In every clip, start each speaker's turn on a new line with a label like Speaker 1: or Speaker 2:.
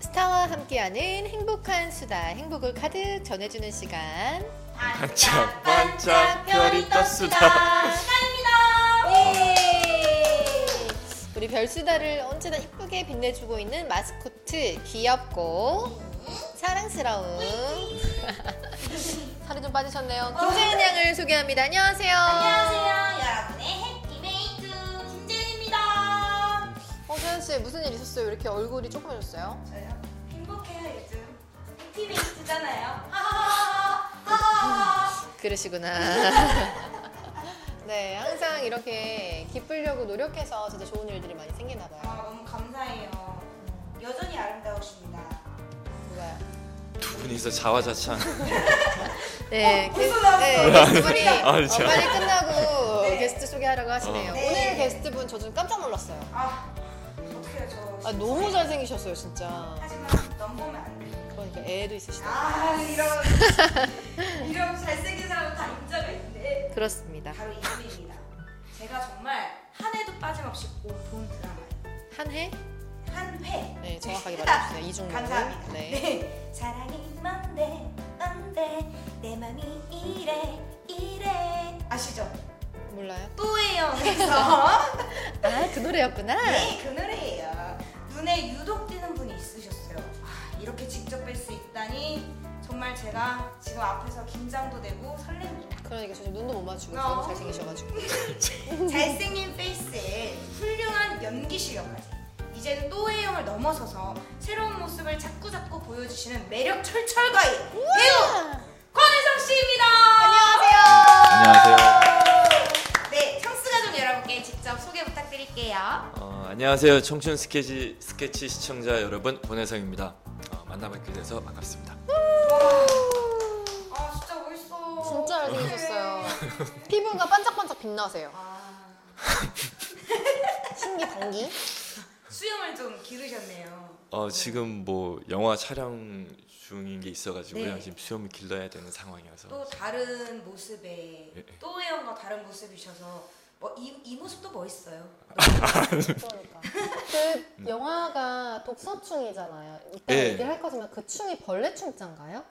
Speaker 1: 스타와 함께하는 행복한 수다, 행복을 가득 전해주는 시간.
Speaker 2: 반짝반짝 별이 떴수다.
Speaker 1: 예! 우리 별수다를 언제나 이쁘게 빛내주고 있는 마스코트 귀엽고 사랑스러운 살이 좀 빠지셨네요. 김재인 양을 소개합니다. 안녕하세요.
Speaker 3: 안녕하세요 여러분의 해피메이트 김재입니다
Speaker 1: 어, 서현 씨 무슨 일 있었어요? 왜 이렇게 얼굴이 조그매졌어요?
Speaker 3: 저요? 행복해요 요즘 해피메이트잖아요 하하하하
Speaker 1: 그러시구나. 네, 항상 이렇게 기쁘려고 노력해서 진짜 좋은 일들이 많이 생기나
Speaker 3: 아
Speaker 1: 봐요.
Speaker 3: 너무 감사해요 여전히 아름다우십니다
Speaker 1: 누가요?
Speaker 2: 두 분이서 자화자찬.
Speaker 1: 네, 게,
Speaker 3: 어, 벌써 나왔어.
Speaker 1: 네 게스트분이
Speaker 2: 아,
Speaker 1: 어,
Speaker 2: 진짜.
Speaker 1: 빨리 끝나고
Speaker 3: 네.
Speaker 1: 게스트 소개하라고 하시네요.
Speaker 2: 어.
Speaker 3: 네.
Speaker 1: 오늘 게스트분 저 좀 깜짝 놀랐어요.
Speaker 3: 아 어떡해요 저
Speaker 1: 아, 너무 잘생기셨어요, 진짜.
Speaker 3: 하지만 넘보면 안돼아 아,
Speaker 1: 그러니까 애도 있으시다.
Speaker 3: 이런 이런 잘생긴 사람은 다 인자가 있는데
Speaker 1: 그렇습니다.
Speaker 3: 바로 이분입니다 제가 정말 한 해도 빠짐없이 본 드라마예요
Speaker 1: 한 해?
Speaker 3: 한회
Speaker 1: 네, 정확하게 말해주세요. 이중문.
Speaker 3: 감사합니다.
Speaker 1: 네.
Speaker 3: 사랑이 뭔데 뭔데 내 맘이 이래 이래 아시죠?
Speaker 1: 몰라요?
Speaker 3: 또예요. 그래서
Speaker 1: 아, 그 노래였구나.
Speaker 3: 네, 그 노래예요. 눈에 유독 띄는 분이 있으셨어요. 아, 이렇게 직접 뵐 수 있다니 정말 제가 지금 앞에서 긴장도 되고 설렙니다.
Speaker 1: 그러니까 저 지금 눈도 못 맞추고
Speaker 3: 어.
Speaker 1: 너무 잘생기셔가지고.
Speaker 3: 잘생긴 페이스에 훌륭한 연기 실력까지. 이제는 또해영을 넘어서서 새로운 모습을 자꾸자꾸 보여주시는 매력 철철 과일
Speaker 1: 예!
Speaker 3: 배우 권혜성 씨입니다. 안녕하세요.
Speaker 2: 안녕하세요.
Speaker 3: 네, 청스 가족 여러분께 직접 소개 부탁드릴게요.
Speaker 2: 어, 안녕하세요. 청춘 스케치, 스케치 시청자 여러분, 권혜성입니다. 어, 만나뵙게 돼서 반갑습니다.
Speaker 3: 아 진짜 멋있어.
Speaker 1: 진짜 잘생기셨어요. 피부가 반짝반짝 빛나세요.
Speaker 3: 아,
Speaker 1: 신기 반기.
Speaker 3: 수염을 좀 기르셨네요.
Speaker 2: 어, 지금 뭐 영화 촬영 중인 게 있어가지고요.
Speaker 3: 네.
Speaker 2: 지금 수염을 길러야 되는 상황이어서.
Speaker 3: 또 다른 모습에
Speaker 2: 예, 예.
Speaker 3: 또혜영과 다른 모습이셔서 뭐이 이 모습도 멋있어요.
Speaker 1: 그러니까. 그 영화가 독서충이잖아요. 이따
Speaker 2: 음. 예.
Speaker 1: 얘기를 할 거지만 그 충이 벌레충자인가요?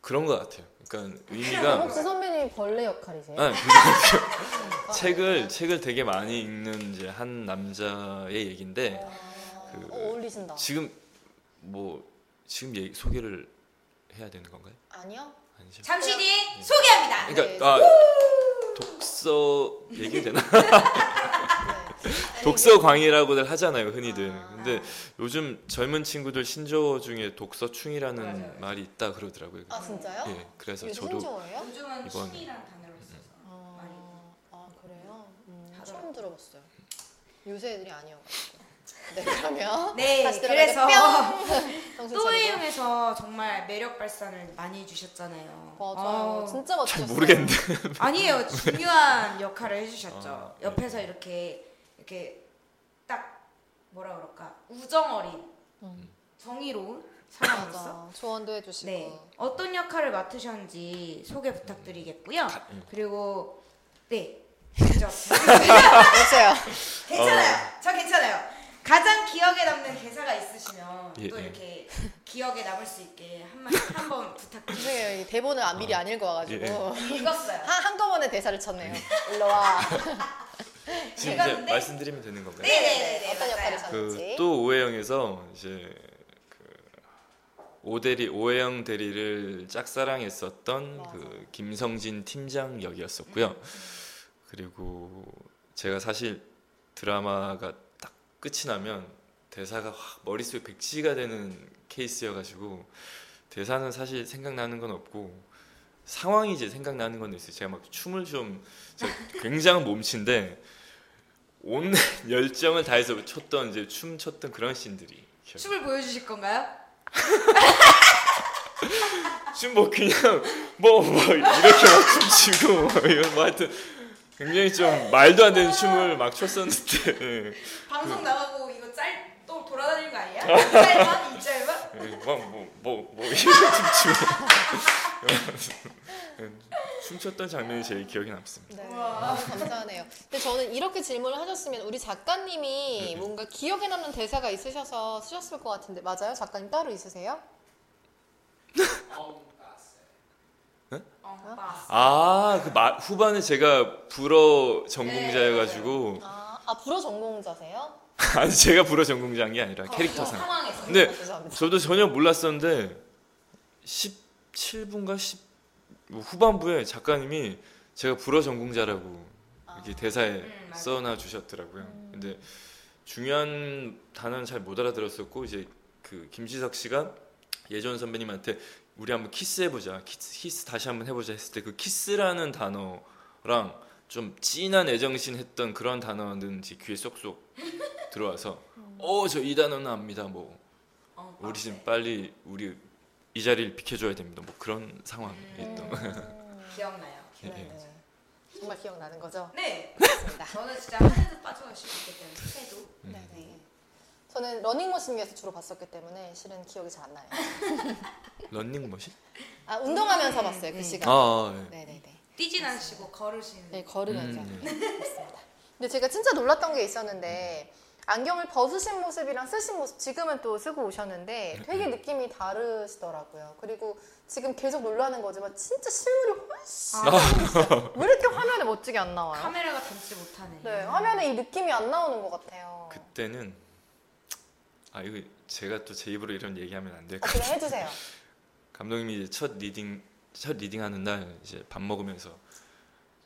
Speaker 2: 그런 것 같아요. 그러니까
Speaker 1: 그럼
Speaker 2: 의미가.
Speaker 1: 혹시 선배님이 벌레 역할이세요?
Speaker 2: 아, 그- 책을 책을 되게 많이 읽는 이제 한 남자의 얘긴데 그-
Speaker 1: 어, 어울리신다.
Speaker 2: 지금 뭐 지금 얘기, 소개를 해야 되는 건가요?
Speaker 1: 아니요?
Speaker 2: 아니죠.
Speaker 3: 잠시 뒤 소개합니다.
Speaker 2: 그러니까 아, 독서 얘기 되나?
Speaker 1: 네. 아니,
Speaker 2: 독서 광이라고들 하잖아요, 흔히들.
Speaker 1: 아.
Speaker 2: 근데 요즘 젊은 친구들 신조어 중에 독서충이라는
Speaker 3: 맞아요.
Speaker 2: 말이 있다 그러더라고요.
Speaker 1: 아 진짜요?
Speaker 2: 예, 그래서
Speaker 1: 요즘
Speaker 2: 저도 음.
Speaker 1: 신조어예요?
Speaker 3: 요즘은
Speaker 2: 이번-
Speaker 3: 춤이란 단어를 써서 많이
Speaker 1: 아, 아 그래요? 음,
Speaker 3: 하더라고요.
Speaker 1: 처음 들어봤어요. 요새 애들이 아니어가지고. 네
Speaker 2: 음.
Speaker 1: 그러면
Speaker 3: 네,
Speaker 1: 다시
Speaker 3: 그래서
Speaker 1: 들어가서 뿅! 정신 차리고.
Speaker 3: 또혜영에서 정말 매력 발산을 많이 해주셨잖아요.
Speaker 1: 맞아요.
Speaker 3: 어,
Speaker 1: 진짜 멋졌어요.
Speaker 2: 잘 모르겠는데.
Speaker 3: 아니에요. 중요한 역할을 해주셨죠.
Speaker 2: 아, 네.
Speaker 3: 옆에서 이렇게 이렇게 딱 뭐라 그럴까 우정 어린
Speaker 1: 음.
Speaker 3: 정의로운 사람으로서
Speaker 1: 맞아. 조언도 해주시고.
Speaker 3: 네 어떤 역할을 맡으셨는지 소개 부탁드리겠고요.
Speaker 2: 음.
Speaker 3: 그리고 네 직접
Speaker 1: 없어요.
Speaker 2: 어.
Speaker 3: 괜찮아요. 저 괜찮아요. 가장 기억에 남는 대사가 있으시면
Speaker 2: 예,
Speaker 3: 또
Speaker 2: 예.
Speaker 3: 이렇게 기억에 남을 수 있게 한번 부탁드려요.
Speaker 1: 죄송해요. 이 대본을 안 미리 안 읽어와가지고
Speaker 2: 예, 예.
Speaker 3: 읽었어요.
Speaker 1: 한 한꺼번에 대사를 쳤네요. 일로 와.
Speaker 2: 지금 이제
Speaker 3: 읽었는데?
Speaker 2: 말씀드리면 되는 건가요?
Speaker 3: 네, 네, 네,
Speaker 1: 어떤
Speaker 3: 맞아요.
Speaker 1: 역할을
Speaker 2: 그
Speaker 1: 쳤는지.
Speaker 2: 또 오해영에서 이제 그 오대리 오해영 대리를 짝사랑했었던
Speaker 1: 맞아. 음.
Speaker 2: 그 김성진 팀장 역이었었고요. 그리고 제가 사실 드라마가 딱 끝이 나면 대사가 확 머릿속에 백지가 되는 케이스여가지고 대사는 사실 생각나는 건 없고 상황이 이제 생각나는 건 있어요. 제가 막 춤을 좀 제가 굉장한 몸치인데 온 열정을 다해서 췄던 이제 춤 췄던 그런 씬들이 기억나요.
Speaker 3: 춤을 보여주실 건가요?
Speaker 2: 춤 뭐 그냥 뭐, 뭐 이렇게 막 춤추고 뭐 이런 뭐 하여튼 굉장히 좀 말도 안 되는 춤을 막 췄었는데 예.
Speaker 3: 방송 나가고 이거 짤 또 돌아다니는 거 아니야?
Speaker 2: 어.
Speaker 3: 이
Speaker 2: 예, 뭐,
Speaker 3: 짤만 이 짤만?
Speaker 2: 막뭐뭐뭐 이런 춤추고 춤췄던 장면이 제일 기억에 남습니다.
Speaker 1: 네,
Speaker 3: 우와.
Speaker 1: 너무 감사하네요. 근데 저는 이렇게 질문을 하셨으면 우리 작가님이
Speaker 2: 음.
Speaker 1: 뭔가 기억에 남는 대사가 있으셔서 쓰셨을 것 같은데 맞아요? 작가님 따로 있으세요?
Speaker 3: 어, 나.
Speaker 2: 아, 그 마- 후반에 제가 불어 전공자여가지고
Speaker 1: 아, 아 불어 전공자세요?
Speaker 2: 아니 제가 불어 전공자인 게 아니라
Speaker 3: 어,
Speaker 2: 캐릭터상.
Speaker 3: 상황에서.
Speaker 2: 근데
Speaker 1: 아, 죄송합니다.
Speaker 2: 저도 전혀 몰랐었는데 17분가 10 후반부에 작가님이 제가 불어 전공자라고 이렇게 대사에
Speaker 3: 음, 맞아.
Speaker 2: 써놔 주셨더라고요.
Speaker 1: 아. 음.
Speaker 2: 근데 중요한 단어는 잘 못 알아들었었고 이제 그 김지석 씨가 예전 선배님한테 우리 한번 키스해보자, 키스, 키스 다시 한번 해보자 했을 때 그 키스라는 단어랑 좀 진한 애정신했던 그런 단어는 제 귀에 쏙쏙 들어와서
Speaker 1: 음.
Speaker 2: 어 저 이 단어는 압니다. 뭐
Speaker 3: 어,
Speaker 2: 우리 지금
Speaker 3: 빡세.
Speaker 2: 빨리 우리 이 자리를 비켜줘야 됩니다. 뭐 그런 상황이었던. 것 같아요.
Speaker 1: 음,
Speaker 3: 기억나요.
Speaker 2: 예,
Speaker 1: 네, 네. 정말 기억나는 거죠?
Speaker 3: 네.
Speaker 1: 맞습니다.
Speaker 3: 저는 진짜 한해도 빠져갈 수 있기 때문에 해도.
Speaker 2: 음.
Speaker 1: 네, 네. 저는 러닝머신 위에서 주로 봤었기 때문에 실은 기억이 잘 안 나요.
Speaker 2: 런닝머신?
Speaker 1: 아 운동하면서
Speaker 3: 음,
Speaker 1: 봤어요 그
Speaker 3: 음.
Speaker 1: 시간.
Speaker 2: 아 예.
Speaker 1: 네네네.
Speaker 3: 뛰진 않으시고 걸으시는.
Speaker 1: 네, 걸으면서.
Speaker 2: 음,
Speaker 1: 맞습니다. 근데 제가 진짜 놀랐던 게 있었는데 안경을 벗으신 모습이랑 쓰신 모습 지금은 또 쓰고 오셨는데
Speaker 2: 네,
Speaker 1: 되게 느낌이 다르시더라고요. 그리고 지금 계속 놀라는 거지만 진짜 실물이 훨씬
Speaker 3: 아.
Speaker 1: 다르셨어요. 왜 이렇게 화면에 멋지게 안 나와요?
Speaker 3: 카메라가 담지 못하네.
Speaker 1: 네, 화면에 이 느낌이 안 나오는 것 같아요.
Speaker 2: 그때는 네, 아 이거 제가 또 제 입으로 이런 얘기하면 안 될
Speaker 1: 아,
Speaker 2: 것
Speaker 1: 그냥
Speaker 2: 같아요.
Speaker 1: 해주세요.
Speaker 2: 감독님이 이제 첫 리딩 첫 리딩 하는 날 이제 밥 먹으면서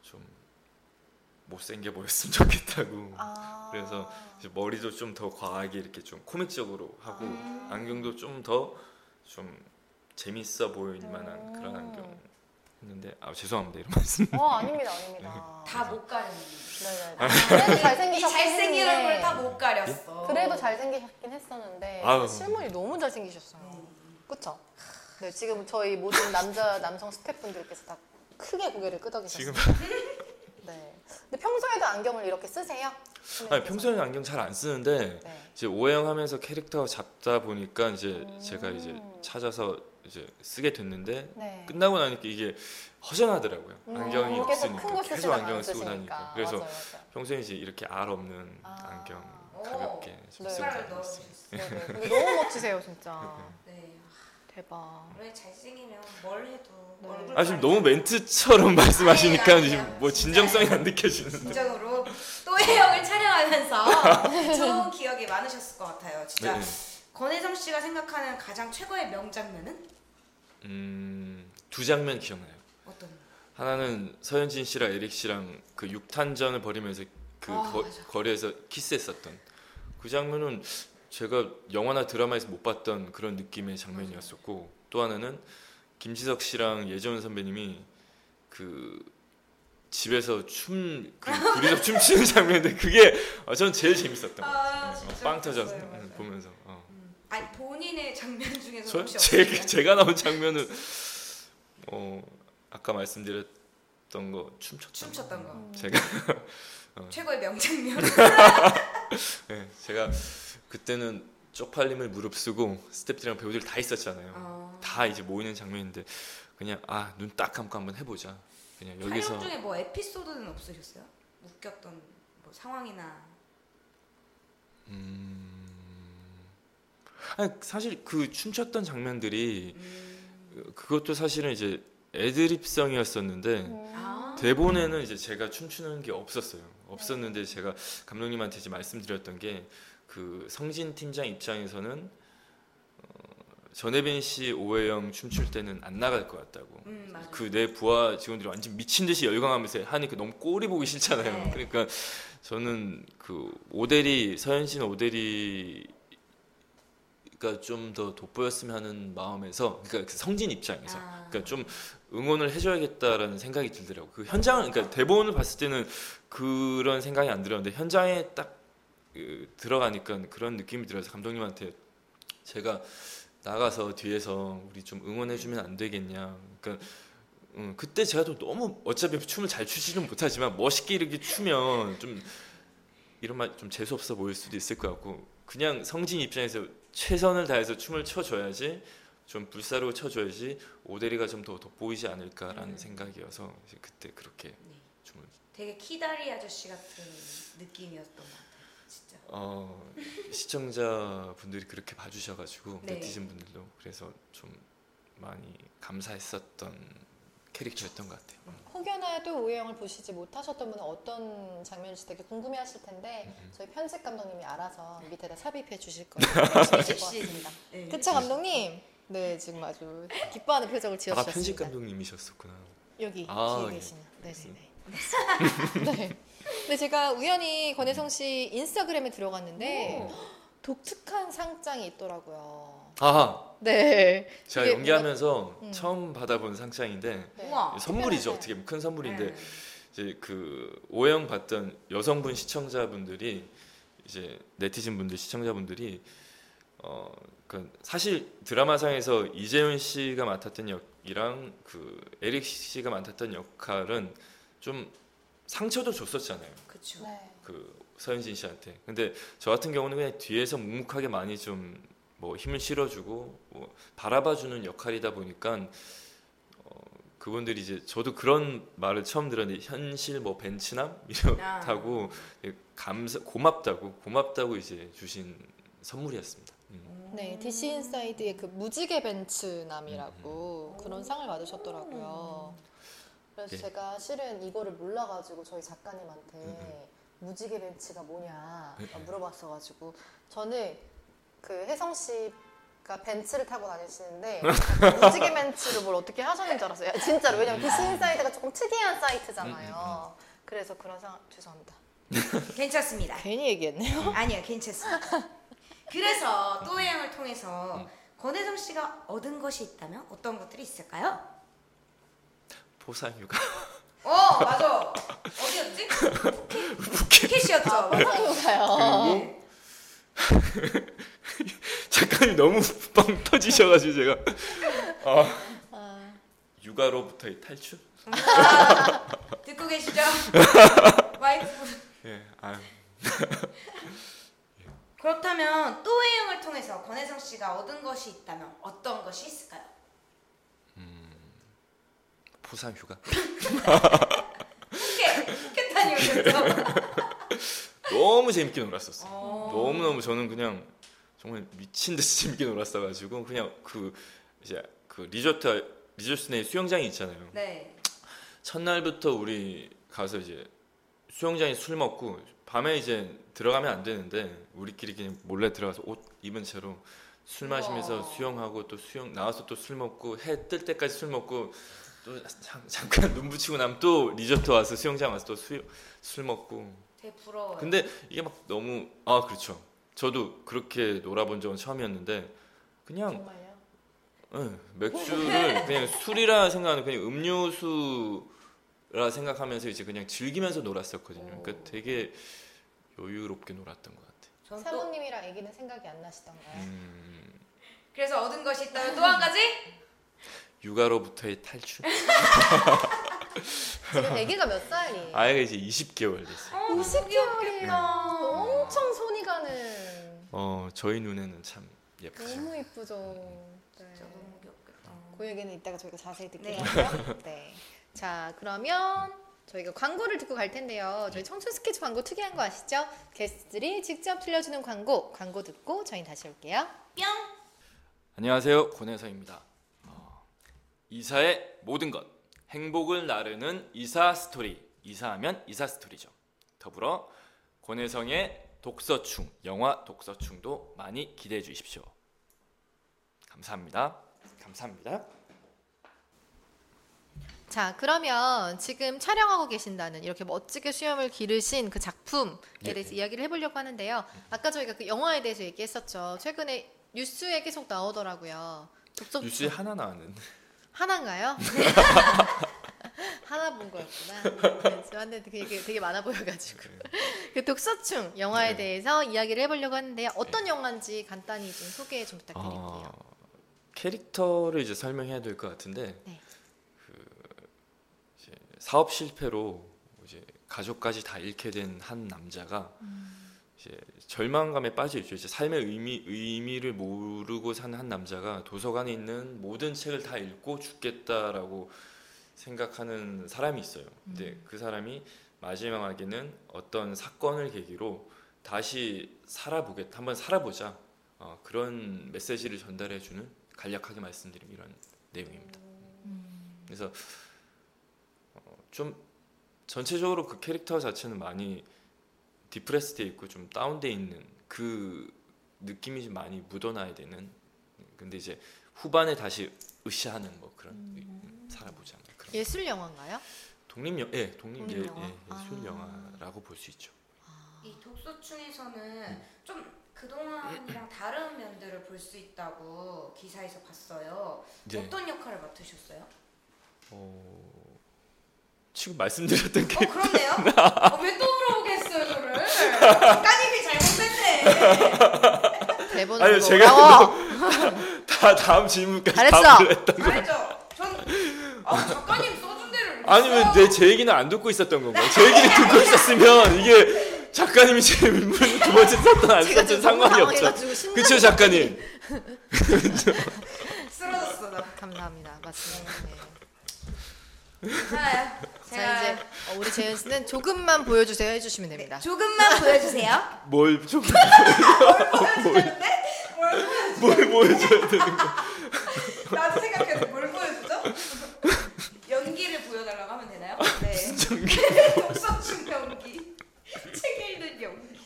Speaker 2: 좀 못생겨 보였으면 좋겠다고
Speaker 1: 아.
Speaker 2: 그래서 이제 머리도 좀 더 과하게 이렇게 좀 코믹적으로 하고
Speaker 1: 음.
Speaker 2: 안경도 좀 더 좀 재밌어 보일 만한 그런
Speaker 1: 음.
Speaker 2: 안경 했는데 아 죄송합니다 이런 말씀
Speaker 1: 어, 아닙니다, 아닙니다.
Speaker 2: 네.
Speaker 3: 다 못 가려는.
Speaker 1: 네네.
Speaker 2: 아.
Speaker 1: 그래도 잘생기셨긴
Speaker 3: 이 잘생기는
Speaker 1: 했는데.
Speaker 3: 걸다 못 가렸어.
Speaker 1: 그래도 잘생기셨긴 했었는데
Speaker 2: 아유.
Speaker 1: 실물이 너무
Speaker 2: 네.
Speaker 1: 잘생기셨어요.
Speaker 3: 음.
Speaker 1: 그쵸? 네, 지금 저희 모든 남자, 남성 스태프분들께서 다 크게 고개를 끄덕이셨어요.
Speaker 2: 지금
Speaker 1: 네. 근데 평소에도 안경을 이렇게 쓰세요?
Speaker 2: 아니 평소에는 안경 잘 안 쓰는데
Speaker 1: 네.
Speaker 2: 이제 오해하면서 캐릭터 잡다 보니까 이제
Speaker 1: 음.
Speaker 2: 제가 이제 찾아서 이제 쓰게 됐는데
Speaker 1: 네.
Speaker 2: 끝나고 나니까 이게 허전하더라고요.
Speaker 1: 음,
Speaker 2: 안경이
Speaker 1: 계속
Speaker 2: 없으니까
Speaker 1: 큰거 쓰시다가
Speaker 2: 계속 안경을
Speaker 1: 안
Speaker 2: 쓰고
Speaker 1: 쓰시니까.
Speaker 2: 다니까 그래서
Speaker 1: 맞아요, 맞아요.
Speaker 2: 평소에 이제 이렇게 알 없는
Speaker 1: 아.
Speaker 2: 안경
Speaker 3: 오.
Speaker 2: 가볍게 좀
Speaker 1: 네.
Speaker 2: 쓰고
Speaker 3: 숟가락을
Speaker 2: 다니고
Speaker 3: 넣어주셨어.
Speaker 2: 있습니다.
Speaker 1: 네, 네. 근데 너무 멋지세요, 진짜.
Speaker 3: 네.
Speaker 1: 대박.
Speaker 3: 원래 잘생기면 뭘 해도
Speaker 1: 네.
Speaker 3: 얼굴.
Speaker 2: 아 지금
Speaker 3: 가리지
Speaker 2: 너무 멘트처럼 말씀하시니까
Speaker 3: 아니에요, 아니에요.
Speaker 2: 지금 뭐 진정성이 안 느껴지는데.
Speaker 3: 진정으로 또혜영을 촬영하면서 좋은 기억이 많으셨을 것 같아요. 진짜
Speaker 2: 네.
Speaker 3: 권혜성 씨가 생각하는 가장 최고의 명장면은
Speaker 2: 음두 장면 기억나요.
Speaker 3: 어떤?
Speaker 2: 하나는 서현진 씨랑 에릭 씨랑 그 육탄전을 벌이면서 그
Speaker 3: 아,
Speaker 2: 거,
Speaker 3: 맞아.
Speaker 2: 거리에서 키스했었던 그 장면은 제가 영화나 드라마에서 못 봤던 그런 느낌의 장면이었었고 또 하나는 김지석 씨랑 예전 선배님이 그 집에서 춤그 둘이서 춤추는 장면인데 그게 어, 전 제일 재밌었던 것
Speaker 3: 아,
Speaker 2: 같아요.
Speaker 3: 진짜
Speaker 2: 빵 터졌어
Speaker 3: 그랬어요, 맞아요.
Speaker 2: 보면서. 어.
Speaker 3: 음. 아니 본인의 장면 중에서
Speaker 2: 저,
Speaker 3: 혹시
Speaker 2: 제,
Speaker 3: 없으세요?
Speaker 2: 제가 나온 장면은 어 아까 말씀드렸던 거 춤췄던
Speaker 3: 춤췄던 거
Speaker 1: 음.
Speaker 2: 제가
Speaker 3: 최고의 명장면.
Speaker 2: 네, 제가 그때는 쪽팔림을 무릅쓰고 스태프들이랑 배우들 다 있었잖아요.
Speaker 3: 어.
Speaker 2: 다 이제 모이는 장면인데 그냥 아 눈 딱 감고 한번 해보자. 그냥 여기서
Speaker 3: 촬영 중에 뭐 에피소드는 없으셨어요? 웃겼던 뭐 상황이나
Speaker 2: 아니, 사실 그 춤췄던 장면들이
Speaker 3: 음.
Speaker 2: 그것도 사실은 이제 애드립성이었었는데
Speaker 1: 음.
Speaker 3: 아.
Speaker 2: 대본에는 이제 제가 춤추는 게 없었어요. 없었는데 제가 감독님한테 이제 말씀드렸던 게 그 성진 팀장 입장에서는 어, 전혜빈 씨, 오해영 춤출 때는 안 나갈 것 같다고.
Speaker 3: 음 맞아.
Speaker 2: 그 내 부하 직원들이 완전 미친 듯이 열광하면서 하니까 너무 꼴이 보기 싫잖아요.
Speaker 3: 네.
Speaker 2: 그러니까 저는 그 오대리 서현진 오대리가 좀 더 돋보였으면 하는 마음에서 그러니까 그 성진 입장에서
Speaker 3: 아.
Speaker 2: 그러니까 좀 응원을 해줘야겠다라는 생각이 들더라고. 그 현장을 그러니까 대본을 봤을 때는 그런 생각이 안 들었는데 현장에 딱 그, 들어가니까 그런 느낌이 들어서 감독님한테 제가 나가서 뒤에서 우리 좀 응원해주면 안 되겠냐. 그러니까 음, 그때 제가 또 너무 어차피 춤을 잘 추지는 못하지만 멋있게 이렇게 추면 좀 이런 말 좀 재수 없어 보일 수도 있을 것 같고 그냥 성진 입장에서 최선을 다해서 춤을 춰줘야지 좀 불사로 쳐줘야지 오대리가 좀 더 돋보이지 않을까라는
Speaker 3: 음.
Speaker 2: 생각이어서 이제 그때 그렇게
Speaker 3: 네.
Speaker 2: 좀
Speaker 3: 되게 키다리 아저씨 같은 느낌이었던 것 같아요. 진짜.
Speaker 2: 어, 시청자 분들이 그렇게 봐주셔가지고
Speaker 3: 네.
Speaker 2: 네티즌 분들도 그래서 좀 많이 감사했었던 캐릭터였던 것 같아요.
Speaker 1: 음. 혹여나도 우혜영을 보시지 못하셨던 분은 어떤 장면일지 되게 궁금해하실 텐데
Speaker 2: 음.
Speaker 1: 저희 편집 감독님이
Speaker 2: 네.
Speaker 1: 알아서 밑에다 삽입해 주실 거예요. 주실 것 같습니다.
Speaker 3: 네.
Speaker 1: 그쵸 감독님? 네 지금 아주 기뻐하는 표정을
Speaker 2: 아
Speaker 1: 지어주셨습니다.
Speaker 2: 편집 감독님이셨었구나.
Speaker 1: 여기 뒤에
Speaker 2: 아, 예. 음.
Speaker 1: 계시는. 네네네. 네. 근데 제가 우연히 권혜성 씨 인스타그램에 들어갔는데 독특한 상장이 있더라고요.
Speaker 2: 아
Speaker 1: 네.
Speaker 2: 제가
Speaker 1: 이게
Speaker 2: 연기하면서
Speaker 1: 음.
Speaker 2: 처음 받아본 상장인데
Speaker 1: 네.
Speaker 3: 우와.
Speaker 2: 선물이죠
Speaker 1: 특별하세요.
Speaker 2: 어떻게 보면 큰 선물인데
Speaker 3: 네.
Speaker 2: 이제 그 오영 봤던 여성분 시청자분들이 이제 네티즌 분들 시청자분들이 어, 그 사실 드라마상에서 이재훈 씨가 맡았던 역이랑 그 에릭 씨가 맡았던 역할은 좀 상처도 줬었잖아요.
Speaker 3: 그쵸.
Speaker 1: 네.
Speaker 2: 그 서현진 씨한테. 근데 저 같은 경우는 그냥 뒤에서 묵묵하게 많이 좀 뭐 힘을 실어주고 뭐 바라봐주는 역할이다 보니까 어, 그분들이 이제 저도 그런 말을 처음 들었는데 현실 뭐 벤치남
Speaker 3: 아.
Speaker 2: 이렇다고 감사 고맙다고 고맙다고 이제 주신 선물이었습니다.
Speaker 3: 아.
Speaker 2: 음.
Speaker 1: 네, DC 인사이드의 그 무지개
Speaker 2: 음,
Speaker 1: 벤츠남이라고 그런 상을 받으셨더라고요. 그래서
Speaker 2: 예.
Speaker 1: 제가 실은 이거를 몰라가지고 저희 작가님한테
Speaker 2: 음,
Speaker 1: 무지개 벤츠가 뭐냐
Speaker 2: 예, 예.
Speaker 1: 물어봤어가지고 저는 그 혜성 씨가 벤츠를 타고 다니시는데 약간 무지개 벤츠를 뭘 어떻게 하셨는 줄 알았어요. 진짜로 왜냐면
Speaker 2: 음,
Speaker 1: DC 인사이드가 조금 특이한 사이트잖아요. 그래서 그런 상 죄송합니다.
Speaker 3: 괜찮습니다.
Speaker 1: 괜히 얘기했네요.
Speaker 3: 아니요, 괜찮습니다. 그래서 또해양을 통해서 권혜성 씨가 얻은 것이 있다면 어떤 것들이 있을까요?
Speaker 2: 포상휴가
Speaker 3: 어, 맞아. 어디였지? 아, 티켓이었죠.
Speaker 2: 음. 아,
Speaker 1: 가요.
Speaker 3: 네.
Speaker 2: 작가님 너무 빵 터지셔가지고 제가 아,
Speaker 1: 아,
Speaker 2: 육아로부터의 탈출? 음.
Speaker 3: 듣고 계시죠? 와이프.
Speaker 2: 예, 아유.
Speaker 3: 그렇다면 또해양을 통해서 권혜성 씨가 얻은 것이 있다면 어떤 것이 있을까요?
Speaker 2: 음. 포상휴가.
Speaker 3: 티켓, 티켓 다녀오셨죠?
Speaker 2: 너무 재밌게 놀았었어. 요
Speaker 3: 그렇죠? 어.
Speaker 2: 너무 너무 저는 그냥 정말 미친 듯이 재밌게 놀았어가지고 그냥 그 이제 그 리조트 리조트 내 수영장이 있잖아요.
Speaker 3: 네.
Speaker 2: 첫날부터 우리 가서 이제 수영장에 술 먹고 밤에 이제 들어가면 안 되는데 우리끼리 그냥 몰래 들어가서 옷 입은 채로 술
Speaker 3: 우와.
Speaker 2: 마시면서 수영하고 또 수영 나와서 또 술 먹고 해 뜰 때까지 술 먹고 또 잠, 잠깐 눈 붙이고 나면 또 리조트 와서 수영장 와서 또 술 먹고
Speaker 3: 되게 부러워요.
Speaker 2: 근데 이게 막 너무 아 그렇죠. 저도 그렇게 놀아본 적은 처음이었는데 그냥
Speaker 1: 정말요?
Speaker 2: 예, 맥주를 그냥 술이라 생각하는 그냥 음료수라 생각하면서 이제 그냥 즐기면서 놀았었거든요. 그러니까 되게 여유롭게 놀았던 것 같아요.
Speaker 3: 저는 또
Speaker 1: 사모님이랑 얘기는 생각이 안 나시던가요?
Speaker 2: 음,
Speaker 3: 그래서 얻은 것이 있다면 또 한 가지?
Speaker 2: 육아로부터의 탈출.
Speaker 1: 지금 아기가 몇 살이에요?
Speaker 2: 아이가 이제 20개월 됐어요.
Speaker 3: 어,
Speaker 1: 50개월이면 엄청 손이 가는
Speaker 2: 어 저희 눈에는 참 예쁘죠.
Speaker 1: 너무 이쁘죠. 네.
Speaker 3: 진짜 너무 귀엽겠다.
Speaker 1: 그 얘기는 이따가 저희가 자세히
Speaker 3: 네.
Speaker 1: 듣겠고요. 네. 자 그러면 저희가 광고를 듣고 갈 텐데요. 저희 청춘 스케치 광고 특이한 거 아시죠? 게스트들이 직접 들려주는 광고. 광고 듣고 저희 다시 올게요.
Speaker 3: 뿅!
Speaker 2: 안녕하세요 권혜성입니다. 어, 이사의 모든 것 행복을 나르는 이사 스토리 이사하면 이사 스토리죠. 더불어 권혜성의 독서충 영화 독서충도 많이 기대해 주십시오. 감사합니다. 감사합니다.
Speaker 1: 자 그러면 지금 촬영하고 계신다는 이렇게 멋지게 수염을 기르신 그 작품에
Speaker 2: 예,
Speaker 1: 대해서
Speaker 2: 예.
Speaker 1: 이야기를 해보려고 하는데요. 아까 저희가 그 영화에 대해서 얘기했었죠. 최근에 뉴스에 계속 나오더라고요. 독서
Speaker 2: 뉴스에 하나 나왔는데
Speaker 1: 하나인가요? 네. 하나 본 거였구나. 저한테 그 얘기 되게 많아 보여가지고 그 독서충 영화에
Speaker 2: 네.
Speaker 1: 대해서 이야기를 해보려고 하는데요. 어떤 영화인지 간단히 좀 소개 좀 부탁드릴게요.
Speaker 2: 어, 캐릭터를 이제 설명해야 될 것 같은데
Speaker 1: 네.
Speaker 2: 그 이제
Speaker 1: 음.
Speaker 2: 사업 실패로 이제 가족까지 다 잃게 된 한 남자가 이제 절망감에 빠져 있죠. 이제 삶의 의미 의미를 모르고 사는 한 남자가 도서관에 있는 모든 책을 다 읽고 죽겠다라고 생각하는 사람이 있어요. 근데
Speaker 1: 음.
Speaker 2: 그 사람이 마지막에는 어떤 사건을 계기로 다시 살아보겠다, 한번 살아보자 어, 그런 메시지를 전달해주는 간략하게 말씀드리면 이런 내용입니다.
Speaker 1: 음.
Speaker 2: 그래서 어, 좀 전체적으로 그 캐릭터 자체는 많이 디프레스돼 있고 좀 다운돼 있는 그 느낌이 좀 많이 묻어나야 되는 근데 이제 후반에 다시 으쌰하는 뭐 그런 살아보자 뭐 그런
Speaker 1: 음. 예술 영화인가요?
Speaker 2: 독립 영화 예 독립 예,
Speaker 1: 독립
Speaker 2: 예
Speaker 1: 영화?
Speaker 2: 예술
Speaker 1: 아.
Speaker 2: 영화라고 볼 수 있죠
Speaker 3: 이 독서충에서는 좀 그동안이랑 다른 면들을 볼 수 있다고 기사에서 봤어요.
Speaker 2: 네.
Speaker 3: 어떤 역할을 맡으셨어요?
Speaker 2: 어, 지금 말씀드렸던 게
Speaker 3: 어 그렇네요. 어, 왜 또 물어보겠어요, 저를? 까님이 잘못됐네.
Speaker 1: 대본으로 어,
Speaker 2: 아니요, 제가
Speaker 1: 나와.
Speaker 2: 다 다음 질문까지
Speaker 1: 잘했어.
Speaker 2: 답을 했다
Speaker 3: 알죠? 전 아, 작가님 써준 대로
Speaker 2: 아니면
Speaker 3: 내
Speaker 2: 내제 얘기는 안 듣고 있었던 건가 제 얘기를 듣고 있었으면 이게 작가님이 질문 두 번째 썼던 안
Speaker 1: 제가 지금
Speaker 2: 썼던 상관이
Speaker 1: 너무
Speaker 2: 없죠
Speaker 1: 당황해가지고 신나-
Speaker 2: 그쵸 작가님
Speaker 3: 쓰러졌어 나.
Speaker 1: 감사합니다. 맞습니다. 네.
Speaker 3: 하나요. 제가 네,
Speaker 1: 자 이제 어, 우리 재현 씨는 조금만 보여주세요 해주시면 됩니다.
Speaker 3: 조금만 보여주세요.
Speaker 2: 뭘 좀,
Speaker 3: 보여주는데 뭘 보여주?
Speaker 2: 뭘 보여줘야 되는
Speaker 3: 나도 생각했는데 뭘 보여주죠? 연기를 보여달라고 하면 되나요? 네.
Speaker 2: 건지
Speaker 3: 독서충 연기. 책 읽는 연기.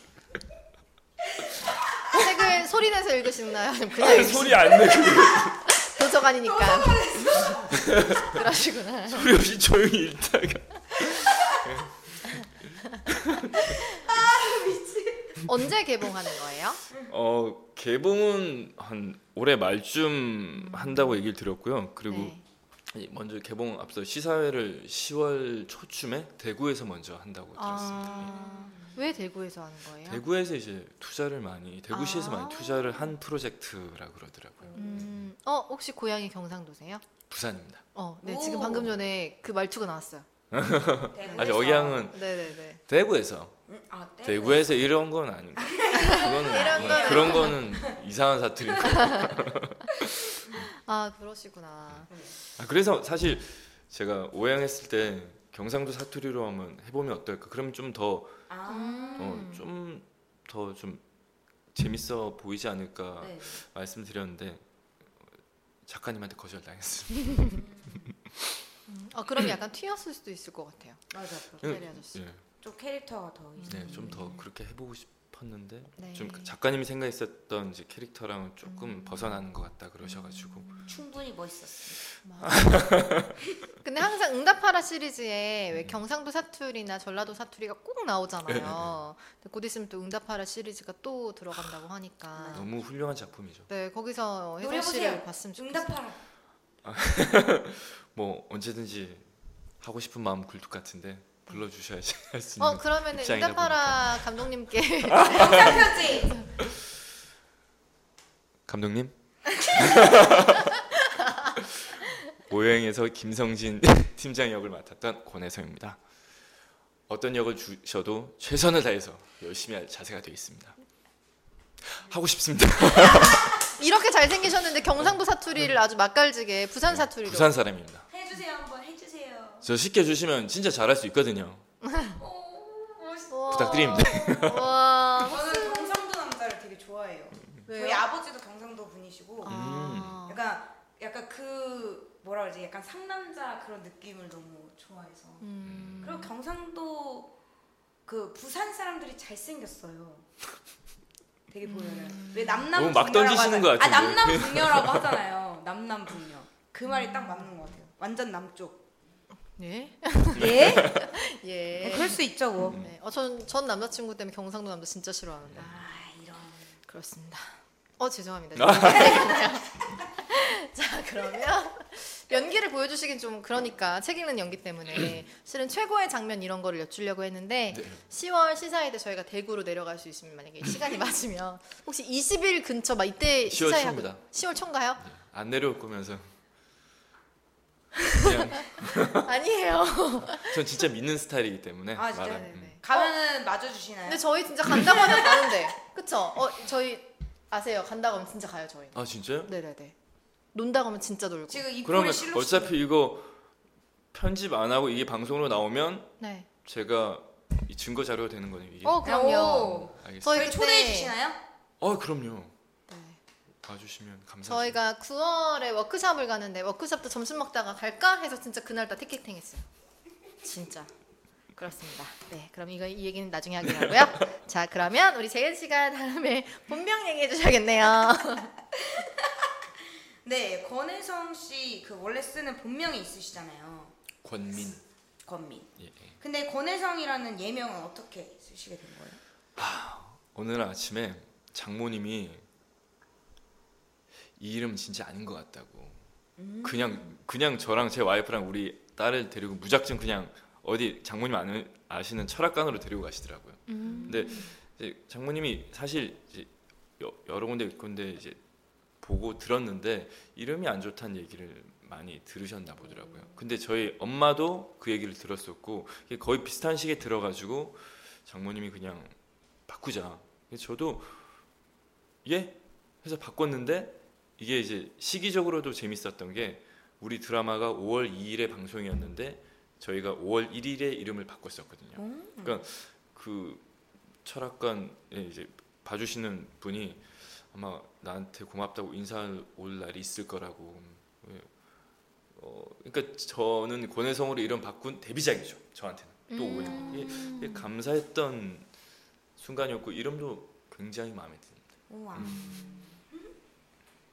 Speaker 1: 책을 소리 내서 읽으시나요? 아니면 그냥
Speaker 2: 아니,
Speaker 1: 읽으시...
Speaker 2: 소리 안 내고
Speaker 1: 도서관이니까 그러시구나.
Speaker 2: 소리 없이 조용히 읽다가
Speaker 1: 언제 개봉하는 거예요?
Speaker 2: 어 개봉은 한 올해 말쯤 한다고 얘기를 드렸고요 그리고
Speaker 1: 네.
Speaker 2: 이- 먼저 개봉 앞서 시사회를 10월 초쯤에 대구에서 먼저 한다고 들었습니다.
Speaker 1: 아, 왜 대구에서 하는 거예요?
Speaker 2: 대구에서 이제 투자를 많이 대구시에서
Speaker 1: 아.
Speaker 2: 많이 투자를 한 프로젝트라 고 그러더라고요.
Speaker 1: 음, 어 혹시 고향이 경상도세요?
Speaker 2: 부산입니다.
Speaker 1: 어, 네
Speaker 3: 오.
Speaker 1: 지금 방금 전에 그 말투가 나왔어요.
Speaker 2: 아직 억양은
Speaker 1: 네네네.
Speaker 2: 대구에서
Speaker 3: 음, 아, 네.
Speaker 2: 대구에서 이런 건 아닌가. 그거는
Speaker 1: 이런
Speaker 2: 뭐
Speaker 1: 건
Speaker 2: 그런 거는 이상한 사투리고.
Speaker 1: 아 그러시구나.
Speaker 2: 아, 그래서 사실 제가 오양했을 때 경상도 사투리로 한번 해보면 어떨까. 그러면 좀더좀더좀 어,
Speaker 3: 아.
Speaker 1: 음.
Speaker 2: 재밌어 보이지 않을까
Speaker 3: 네.
Speaker 2: 말씀드렸는데 작가님한테 거절당했습니다.
Speaker 1: 아 그럼 약간 튀었을 수도 있을 것 같아요.
Speaker 3: 맞아. 맞아.
Speaker 1: 기다리 아저씨.
Speaker 2: 예.
Speaker 3: 좀 캐릭터가 더 있어.
Speaker 2: 네, 좀 더 그렇게 해보고 싶었는데
Speaker 1: 네. 음.
Speaker 2: 좀그 작가님이 생각했었던 이제 캐릭터랑은 조금 벗어나는 것 같다 그러셔가지고
Speaker 3: 충분히 멋있었어.
Speaker 1: 근데 항상 응답하라 시리즈에 왜 경상도 사투리나 전라도 사투리가 꼭
Speaker 2: 네, 네,
Speaker 1: 나오잖아요. 근데 곧 있으면 또 응답하라 시리즈가 또 들어간다고 하니까.
Speaker 2: 너무 훌륭한 작품이죠.
Speaker 1: 네 거기서 혜선
Speaker 3: 노려보세요.
Speaker 1: 씨를 봤으면 좋겠어요.
Speaker 3: 응답하라.
Speaker 2: 뭐 언제든지 하고 싶은 마음 굴뚝 같은데 불러주셔야지 할 수
Speaker 1: 어
Speaker 2: 있는.
Speaker 1: 그러면
Speaker 2: 음, 입장이다
Speaker 1: 응답하라 감독님께
Speaker 3: 편지.
Speaker 2: 감독님. 오여행에서 김성진 팀장 역을 맡았던 권혜성입니다. 어떤 역을 주셔도 최선을 다해서 열심히 할 자세가 되어 있습니다. 하고 싶습니다.
Speaker 1: 이렇게 잘생기셨는데 경상도 사투리를 아주 맛깔지게 부산 사투리로
Speaker 2: 네, 부산 사람입니다.
Speaker 3: 해주세요 한번 해주세요.
Speaker 2: 저 쉽게 주시면 진짜 잘할 수 있거든요.
Speaker 3: 오 멋있어.
Speaker 1: 우와.
Speaker 2: 부탁드립니다.
Speaker 1: 우와.
Speaker 3: 저는 경상도 남자를 되게 좋아해요. 저희
Speaker 1: 왜요?
Speaker 3: 아버지도 경상도 분이시고,
Speaker 1: 아.
Speaker 3: 약간 약간 그 뭐라 그러지, 약간 상남자 그런 느낌을 너무 좋아해서.
Speaker 1: 음.
Speaker 3: 그리고 경상도 그 부산 사람들이 잘 생겼어요. 되게
Speaker 1: 음.
Speaker 3: 보여요. 왜 남남
Speaker 2: 너무 막
Speaker 3: 북녀라고
Speaker 2: 던지시는
Speaker 3: 하잖아요.
Speaker 2: 것
Speaker 3: 아
Speaker 2: 같은데.
Speaker 3: 남남 북녀라고 하잖아요. 남남 북녀. 그 말이 딱 맞는 것 같아요. 완전 남쪽.
Speaker 1: 예?
Speaker 3: 예?
Speaker 1: 예.
Speaker 3: 네, 그럴 수 있죠
Speaker 2: 음.
Speaker 3: 뭐.
Speaker 1: 네. 어, 전, 전 남자친구 때문에 경상도 남자 진짜 싫어하는데.
Speaker 3: 아 이런.
Speaker 1: 그렇습니다. 어, 죄송합니다.
Speaker 2: 아.
Speaker 1: 자, 그러면 연기를 보여주시긴 좀 그러니까 책 읽는 연기 때문에 실은 최고의 장면 이런 거를 여쭈려고 했는데
Speaker 2: 네. 음.
Speaker 1: 10월 시사회 때 저희가 대구로 내려갈 수 있으면 만약에 시간이 맞으면 혹시 20일 근처 막 이때
Speaker 2: 10월
Speaker 1: 시사회 하고
Speaker 2: 초입니다.
Speaker 1: 10월 초인가요?
Speaker 2: 안 내려올 거면서 그냥 네.
Speaker 1: 아니에요.
Speaker 2: 전 진짜 믿는 스타일이기 때문에
Speaker 3: 아, 진짜요?
Speaker 2: 말은,
Speaker 1: 네네. 어,
Speaker 3: 가면은 맞아주시나요?
Speaker 1: 근데 저희 진짜 간다고 하면 가는데. 그쵸? 어, 저희 아세요. 간다고 하면 진짜 가요, 저희.
Speaker 2: 아 진짜요?
Speaker 1: 네네네. 논다고 하면 진짜 놀고.
Speaker 3: 지금 이
Speaker 2: 그러면
Speaker 3: 볼을 실룩
Speaker 2: 어차피 이거 편집 안 하고 이게 방송으로 나오면
Speaker 1: 네.
Speaker 2: 제가 이 증거 자료가 되는 거네요. 이게.
Speaker 1: 어, 그럼요.
Speaker 2: 알겠습니다.
Speaker 1: 저희
Speaker 3: 저희
Speaker 1: 그때
Speaker 3: 초대해 주시나요?
Speaker 2: 어 그럼요.
Speaker 1: 네.
Speaker 2: 봐주시면 감사합니다.
Speaker 1: 저희가 9월에 워크숍을 가는데 워크숍도 점심 먹다가 갈까 해서 진짜 그날 다 티켓팅했어요. 진짜 그렇습니다. 네, 그럼 이거 이 얘기는 나중에 하기로 하고요. 자, 그러면 우리 재현 씨가 다음에 본명 얘기해 주셔야겠네요.
Speaker 3: 네, 권혜성 씨 그 원래 쓰는 본명이 있으시잖아요.
Speaker 2: 권민.
Speaker 3: 권민.
Speaker 2: 예, 예.
Speaker 3: 근데 권혜성이라는 예명은 어떻게 쓰시게 된 거예요?
Speaker 2: 오늘 아침에 장모님이 이 이름 진짜 아닌 것 같다고. 그냥 그냥 저랑 제 와이프랑 우리 딸을 데리고 무작정 그냥 어디 장모님 아는, 아시는 철학관으로 데리고 가시더라고요. 근데 이제 장모님이 사실 이제 여, 여러 군데 군데 이제 보고 들었는데 이름이 안 좋다는 얘기를 많이 들으셨나 보더라고요. 근데 저희 엄마도 그 얘기를 들었었고 이게 거의 비슷한 시기에 들어가지고 장모님이 그냥 바꾸자. 그래서 저도 예 해서 바꿨는데 이게 이제 시기적으로도 재밌었던 게 우리 드라마가 5월 2일에 방송이었는데 저희가 5월 1일에 이름을 바꿨었거든요. 그러니까 그 철학관에 예, 이제 봐주시는 분이 아마 나한테 고맙다고 인사 올 날이 있을 거라고. 예. 어, 그러니까 저는 권혜성으로 이름 바꾼 데뷔작이죠. 저한테는 또
Speaker 1: 음.
Speaker 2: 예. 오히려 이게 되게 감사했던 순간이었고 이름도 굉장히 마음에 듭니다.
Speaker 3: 우와.
Speaker 1: 음.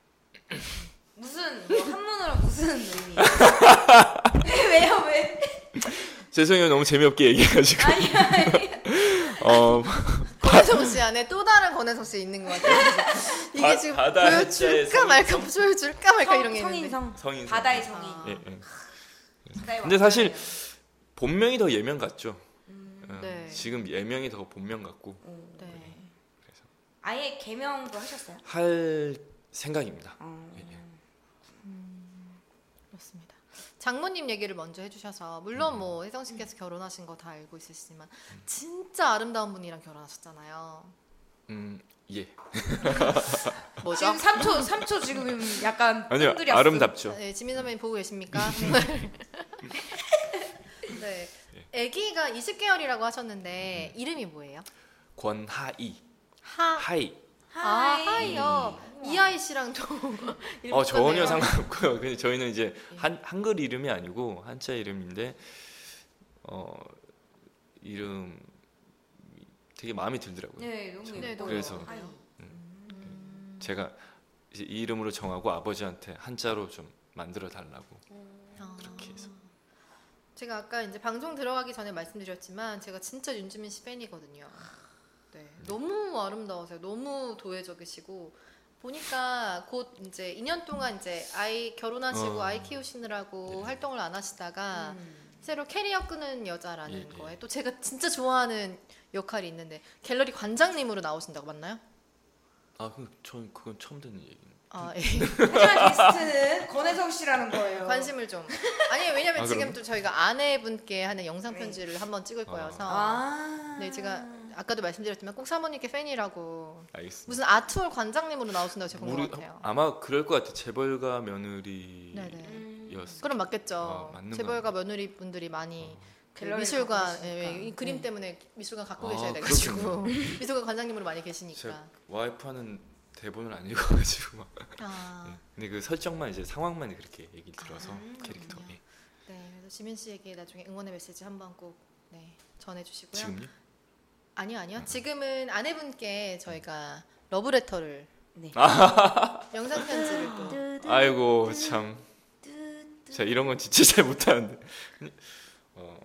Speaker 3: 무슨 뭐 한문으로 무슨 의미? 왜요 왜?
Speaker 2: 죄송해요 너무 재미없게 얘기해가지고. 어,
Speaker 1: 권혜성 씨 안에 또 다른 권혜성 씨 있는 것 같아요. 이게
Speaker 2: 바-
Speaker 1: 지금
Speaker 2: 바다 해자의
Speaker 1: 보여줄까
Speaker 2: 성인
Speaker 1: 말까 보여줄까 말까 그러니까 이런 게
Speaker 3: 성,
Speaker 1: 있는데.
Speaker 3: 성인성
Speaker 2: 성인.
Speaker 3: 바다의
Speaker 1: 성인.
Speaker 3: 성인.
Speaker 1: 아.
Speaker 2: 예, 예.
Speaker 3: 바다의
Speaker 2: 근데
Speaker 3: 왕자예요.
Speaker 2: 사실- 본명이 더 예명 같죠.
Speaker 3: 음,
Speaker 2: 어,
Speaker 1: 네.
Speaker 2: 지금 예명이 더 본명 같고
Speaker 3: 오.
Speaker 1: 네.
Speaker 2: 그래서
Speaker 3: 음. 아예 개명도 하셨어요?
Speaker 2: 할 생각입니다.
Speaker 3: 어.
Speaker 2: 예, 예.
Speaker 1: 그렇습니다. 장모님 얘기를 먼저 해주셔서 물론 뭐 혜성
Speaker 2: 음.
Speaker 1: 씨께서 결혼하신 거 다 알고 있으시지만 진짜 아름다운 분이랑 결혼하셨잖아요.
Speaker 2: 음, 예.
Speaker 1: 뭐죠?
Speaker 3: 지금 3초 3초 지금 약간
Speaker 2: 아니요
Speaker 3: 끈들이
Speaker 2: 아름답죠.
Speaker 1: 네, 지민 선배님 보고 계십니까? 네.
Speaker 2: 예.
Speaker 1: 아기가 20개월이라고 하셨는데
Speaker 2: 음.
Speaker 1: 이름이 뭐예요?
Speaker 2: 권하이,
Speaker 1: 하.
Speaker 2: 하이.
Speaker 3: 왔어요.
Speaker 1: 아,
Speaker 3: 하이.
Speaker 1: 하이요. 이하이 씨랑도 이름이
Speaker 2: 어
Speaker 1: 똑같네요.
Speaker 2: 전혀
Speaker 1: 네.
Speaker 2: 상관없고요. 근데 저희는 이제 한 한글 이름이 아니고 한자 이름인데 어 이름 되게 마음에 들더라고요.
Speaker 3: 네, 너무
Speaker 2: 네,
Speaker 3: 예뻐요.
Speaker 2: 그래서.
Speaker 3: 하이.
Speaker 2: 제가 이제 이 이름으로 정하고 아버지한테 한자로 좀 만들어 달라고
Speaker 1: 아.
Speaker 2: 그렇게 해서.
Speaker 1: 제가 아까 이제 방송 들어가기 전에 말씀드렸지만 제가 진짜 윤지민 씨 팬이거든요. 네, 너무 아름다우세요. 너무 도회적이시고 보니까 곧 이제 2년 동안 이제 아이 결혼하시고
Speaker 2: 어.
Speaker 1: 아이 키우시느라고
Speaker 2: 네.
Speaker 1: 활동을 안 하시다가
Speaker 3: 음.
Speaker 1: 새로 캐리어 끄는 여자라는
Speaker 2: 예, 예.
Speaker 1: 거에 또 제가 진짜 좋아하는 역할이 있는데 갤러리 관장님으로 나오신다고 맞나요?
Speaker 2: 아, 그럼 전 그건 처음 듣는 얘기예요.
Speaker 1: 아, 예.
Speaker 3: 하지만 게스트는 권혜성 씨라는 거예요.
Speaker 1: 관심을 좀 아니 왜냐면
Speaker 2: 아,
Speaker 1: 지금
Speaker 2: 그럼요?
Speaker 1: 또 저희가 아내분께 하는 영상
Speaker 3: 네.
Speaker 1: 편지를 한번 찍을
Speaker 2: 아.
Speaker 1: 거여서
Speaker 3: 아.
Speaker 1: 네, 제가 아까도 말씀드렸지만 꼭 사모님께 팬이라고
Speaker 2: 알겠습니다.
Speaker 1: 무슨 아트월 관장님으로 나오신다고 제가 본 것 같아요.
Speaker 2: 아마 그럴 것 같아. 재벌가 며느리.
Speaker 1: 네네.
Speaker 3: 음.
Speaker 2: 였어.
Speaker 1: 그럼 맞겠죠.
Speaker 2: 아, 맞는 어.
Speaker 1: 재벌가 며느리 분들이 많이 그
Speaker 3: 갤러리를
Speaker 1: 미술관
Speaker 3: 갖고
Speaker 1: 예,
Speaker 3: 계시니까.
Speaker 1: 예, 이 그림
Speaker 3: 네.
Speaker 1: 때문에 미술관 갖고
Speaker 2: 아,
Speaker 1: 계셔야 돼가지고
Speaker 2: 그렇군요.
Speaker 1: 미술관 관장님으로 많이 계시니까.
Speaker 2: 제가 와이프는 대본을 안 읽어가지고 막.
Speaker 1: 아,
Speaker 2: 근데 그 설정만 이제 상황만 그렇게 얘기 들어서
Speaker 1: 아,
Speaker 2: 캐릭터.
Speaker 1: 그렇군요.
Speaker 2: 예.
Speaker 1: 네. 그래서 지민 씨에게 나중에 응원의 메시지 한번 꼭 네, 전해주시고요.
Speaker 2: 지금요? 음.
Speaker 1: 아니요, 아니요. 지금은 아내분께 저희가 러브레터를
Speaker 3: 네.
Speaker 1: 영상 편지를 또
Speaker 2: 아. 아이고 참. 자 이런 건 진짜 잘 못하는데. 어.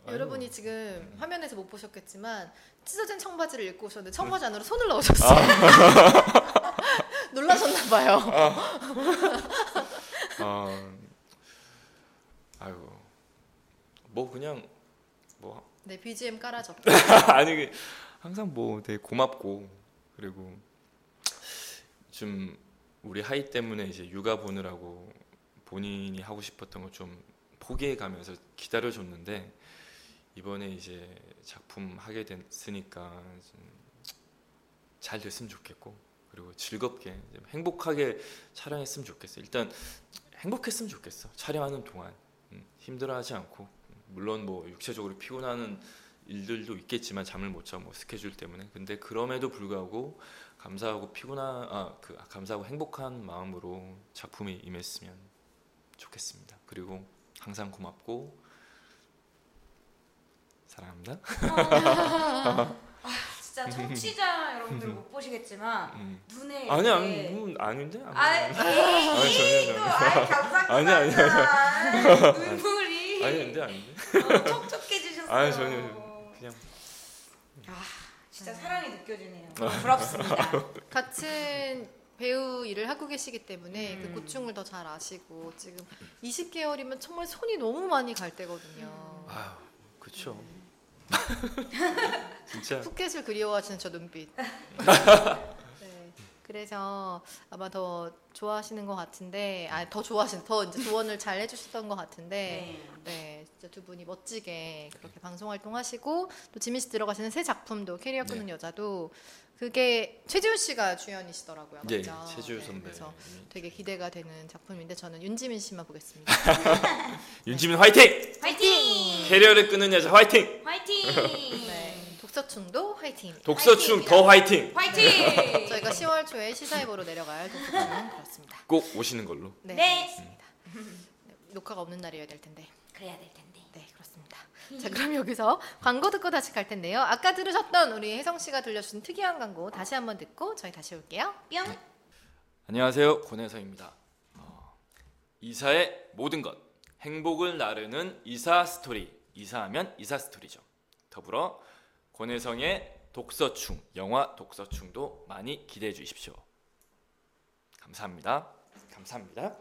Speaker 2: 아이고.
Speaker 1: 여러분이 지금 화면에서 못 보셨겠지만 찢어진 청바지를 입고 오셨는데
Speaker 2: 네.
Speaker 1: 청바지 안으로 손을 넣으셨어요.
Speaker 2: 아.
Speaker 1: 놀라셨나 봐요.
Speaker 2: 어. 아이고. 뭐 그냥 뭐
Speaker 1: 네 BGM 깔아줘.
Speaker 2: 아니 그 항상 뭐 되게 고맙고 그리고 좀 우리 하이 때문에 이제 육아 보느라고 본인이 하고 싶었던 걸 좀 포기해가면서 기다려줬는데 이번에 이제 작품 하게 됐으니까 좀잘 됐으면 좋겠고 그리고 즐겁게 좀 행복하게 촬영했으면 좋겠어. 일단 행복했으면 좋겠어. 촬영하는 동안 음, 힘들어하지 않고 음, 물론 뭐 육체적으로 피곤하는 일들도 있겠지만 잠을 못 자고 뭐 스케줄 때문에 근데 그럼에도 불구하고 감사하고 피곤한 아그 감사하고 행복한 마음으로 작품에 임했으면 좋겠습니다. 그리고 항상 고맙고 사랑합니다.
Speaker 3: 진짜 청취자 여러분들 못 보시겠지만
Speaker 2: 음.
Speaker 1: 네.
Speaker 3: 눈에
Speaker 2: 아니
Speaker 3: 이렇게-
Speaker 2: 아니 음, 아닌데 아니,
Speaker 3: 아이, 에이,
Speaker 2: 전혀, 전혀.
Speaker 3: 또, 아이, 감사합니다.
Speaker 2: 아니, 아니,
Speaker 3: 눈물이
Speaker 2: 아닌데 아닌데
Speaker 3: 어, 촉촉해지셨어요. 아,
Speaker 2: 아니 전혀 그냥
Speaker 3: 진짜 사랑이 느껴지네요.
Speaker 2: 아.
Speaker 3: 부럽습니다.
Speaker 1: 같은 배우 일을 하고 계시기 때문에
Speaker 3: 음.
Speaker 1: 그 고충을 더 잘 아시고 지금 20개월이면 정말 손이 너무 많이 갈 때거든요.
Speaker 2: 아유 그쵸
Speaker 1: 네.
Speaker 2: 진짜
Speaker 1: 푸켓을 그리워하시는 저 눈빛. 네. 그래서 아마 더 좋아하시는 것 같은데, 아, 더 좋아하신, 더 이제 조언을 잘 해주셨던 것 같은데,
Speaker 3: 네.
Speaker 1: 네. 진짜 두 분이 멋지게 그렇게 방송 활동하시고, 또 지민 씨 들어가시는 새 작품도 캐리어
Speaker 2: 네.
Speaker 1: 끄는 여자도, 그게 최지훈 씨가 주연이시더라고요.
Speaker 2: 예
Speaker 1: 맞죠?
Speaker 2: 최지우
Speaker 1: 네,
Speaker 2: 선배
Speaker 1: 그래서 되게 기대가 되는 작품인데, 저는 윤지민 씨만 보겠습니다.
Speaker 2: 윤지민 화이팅
Speaker 3: 화이팅!
Speaker 2: 캐리어를 끊는 여자 화이팅
Speaker 3: 화이팅!
Speaker 1: 네. 독서충도 화이팅!
Speaker 2: 독서춤 더 화이팅
Speaker 3: 화이팅!
Speaker 1: 저희가 10월 초에 시사회보로 내려갈 독서충은 그렇습니다.
Speaker 2: 꼭 오시는 걸로
Speaker 1: 네.
Speaker 3: 네.
Speaker 1: 알겠습니다. 네, 녹화가 없는 날이어야 될 텐데.
Speaker 3: 그래야 될 텐데.
Speaker 1: 네, 그렇습니다.
Speaker 3: 음.
Speaker 1: 자, 그럼 여기서 광고 듣고 다시 갈 텐데요. 아까 들으셨던 우리 혜성 씨가 들려준 특이한 광고 다시 한번 듣고 저희 다시 올게요.
Speaker 3: 뿅!
Speaker 2: 안녕하세요 권혜성입니다. 어, 이사의 모든 것 행복을 나르는 이사 스토리 이사하면 이사 스토리죠. 더불어 권혜성의 독서충 영화 독서충도 많이 기대해 주십시오. 감사합니다. 감사합니다.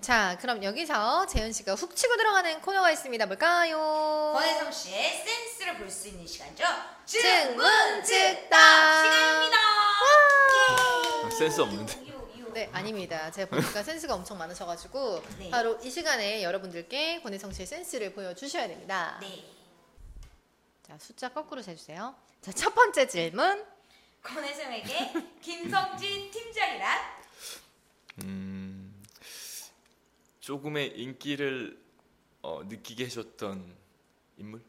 Speaker 1: 자, 그럼 여기서 재현 씨가 훅 치고 들어가는 코너가 있습니다. 뭘까요?
Speaker 3: 권혜성 씨의 센스를 볼 수 있는 시간이죠.
Speaker 1: 증문즉답!
Speaker 3: 시간입니다.
Speaker 2: 아, 센스 없는데.
Speaker 1: 네, 아닙니다. 제가 보니까 센스가 엄청 많으셔가지고
Speaker 3: 네.
Speaker 1: 바로 이 시간에 여러분들께 권혜성 씨의 센스를 보여주셔야 됩니다.
Speaker 3: 네.
Speaker 1: 자, 숫자 거꾸로 재주세요. 자, 첫 번째 질문.
Speaker 3: 권혜성에게 김성진 팀장이란
Speaker 2: 음, 조금의 인기를 어, 느끼게 해줬던 인물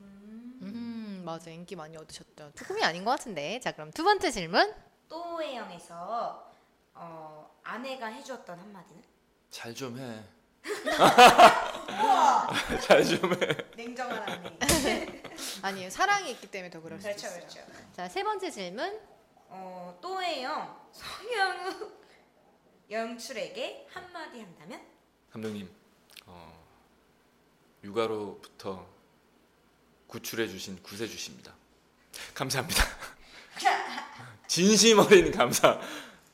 Speaker 1: 음, 맞아. 인기 많이 얻으셨죠. 조금이 아닌 것 같은데. 자, 그럼 두 번째 질문.
Speaker 3: 또해영에서 어, 아내가 해주었던 한마디는?
Speaker 2: 잘 좀 해.
Speaker 3: 우와!
Speaker 2: 잘 좀 해.
Speaker 3: 냉정한 아내.
Speaker 1: 아니에요. 사랑이 있기 때문에 더 그럴 수도
Speaker 3: 그렇죠,
Speaker 1: 있어요.
Speaker 3: 그렇죠.
Speaker 1: 자, 세 번째 질문.
Speaker 3: 어, 또해영 성현우 영출에게 한마디 한다면?
Speaker 2: 감독님, 어, 육아로부터 구출해주신 구세주십니다. 감사합니다. 진심 어린 감사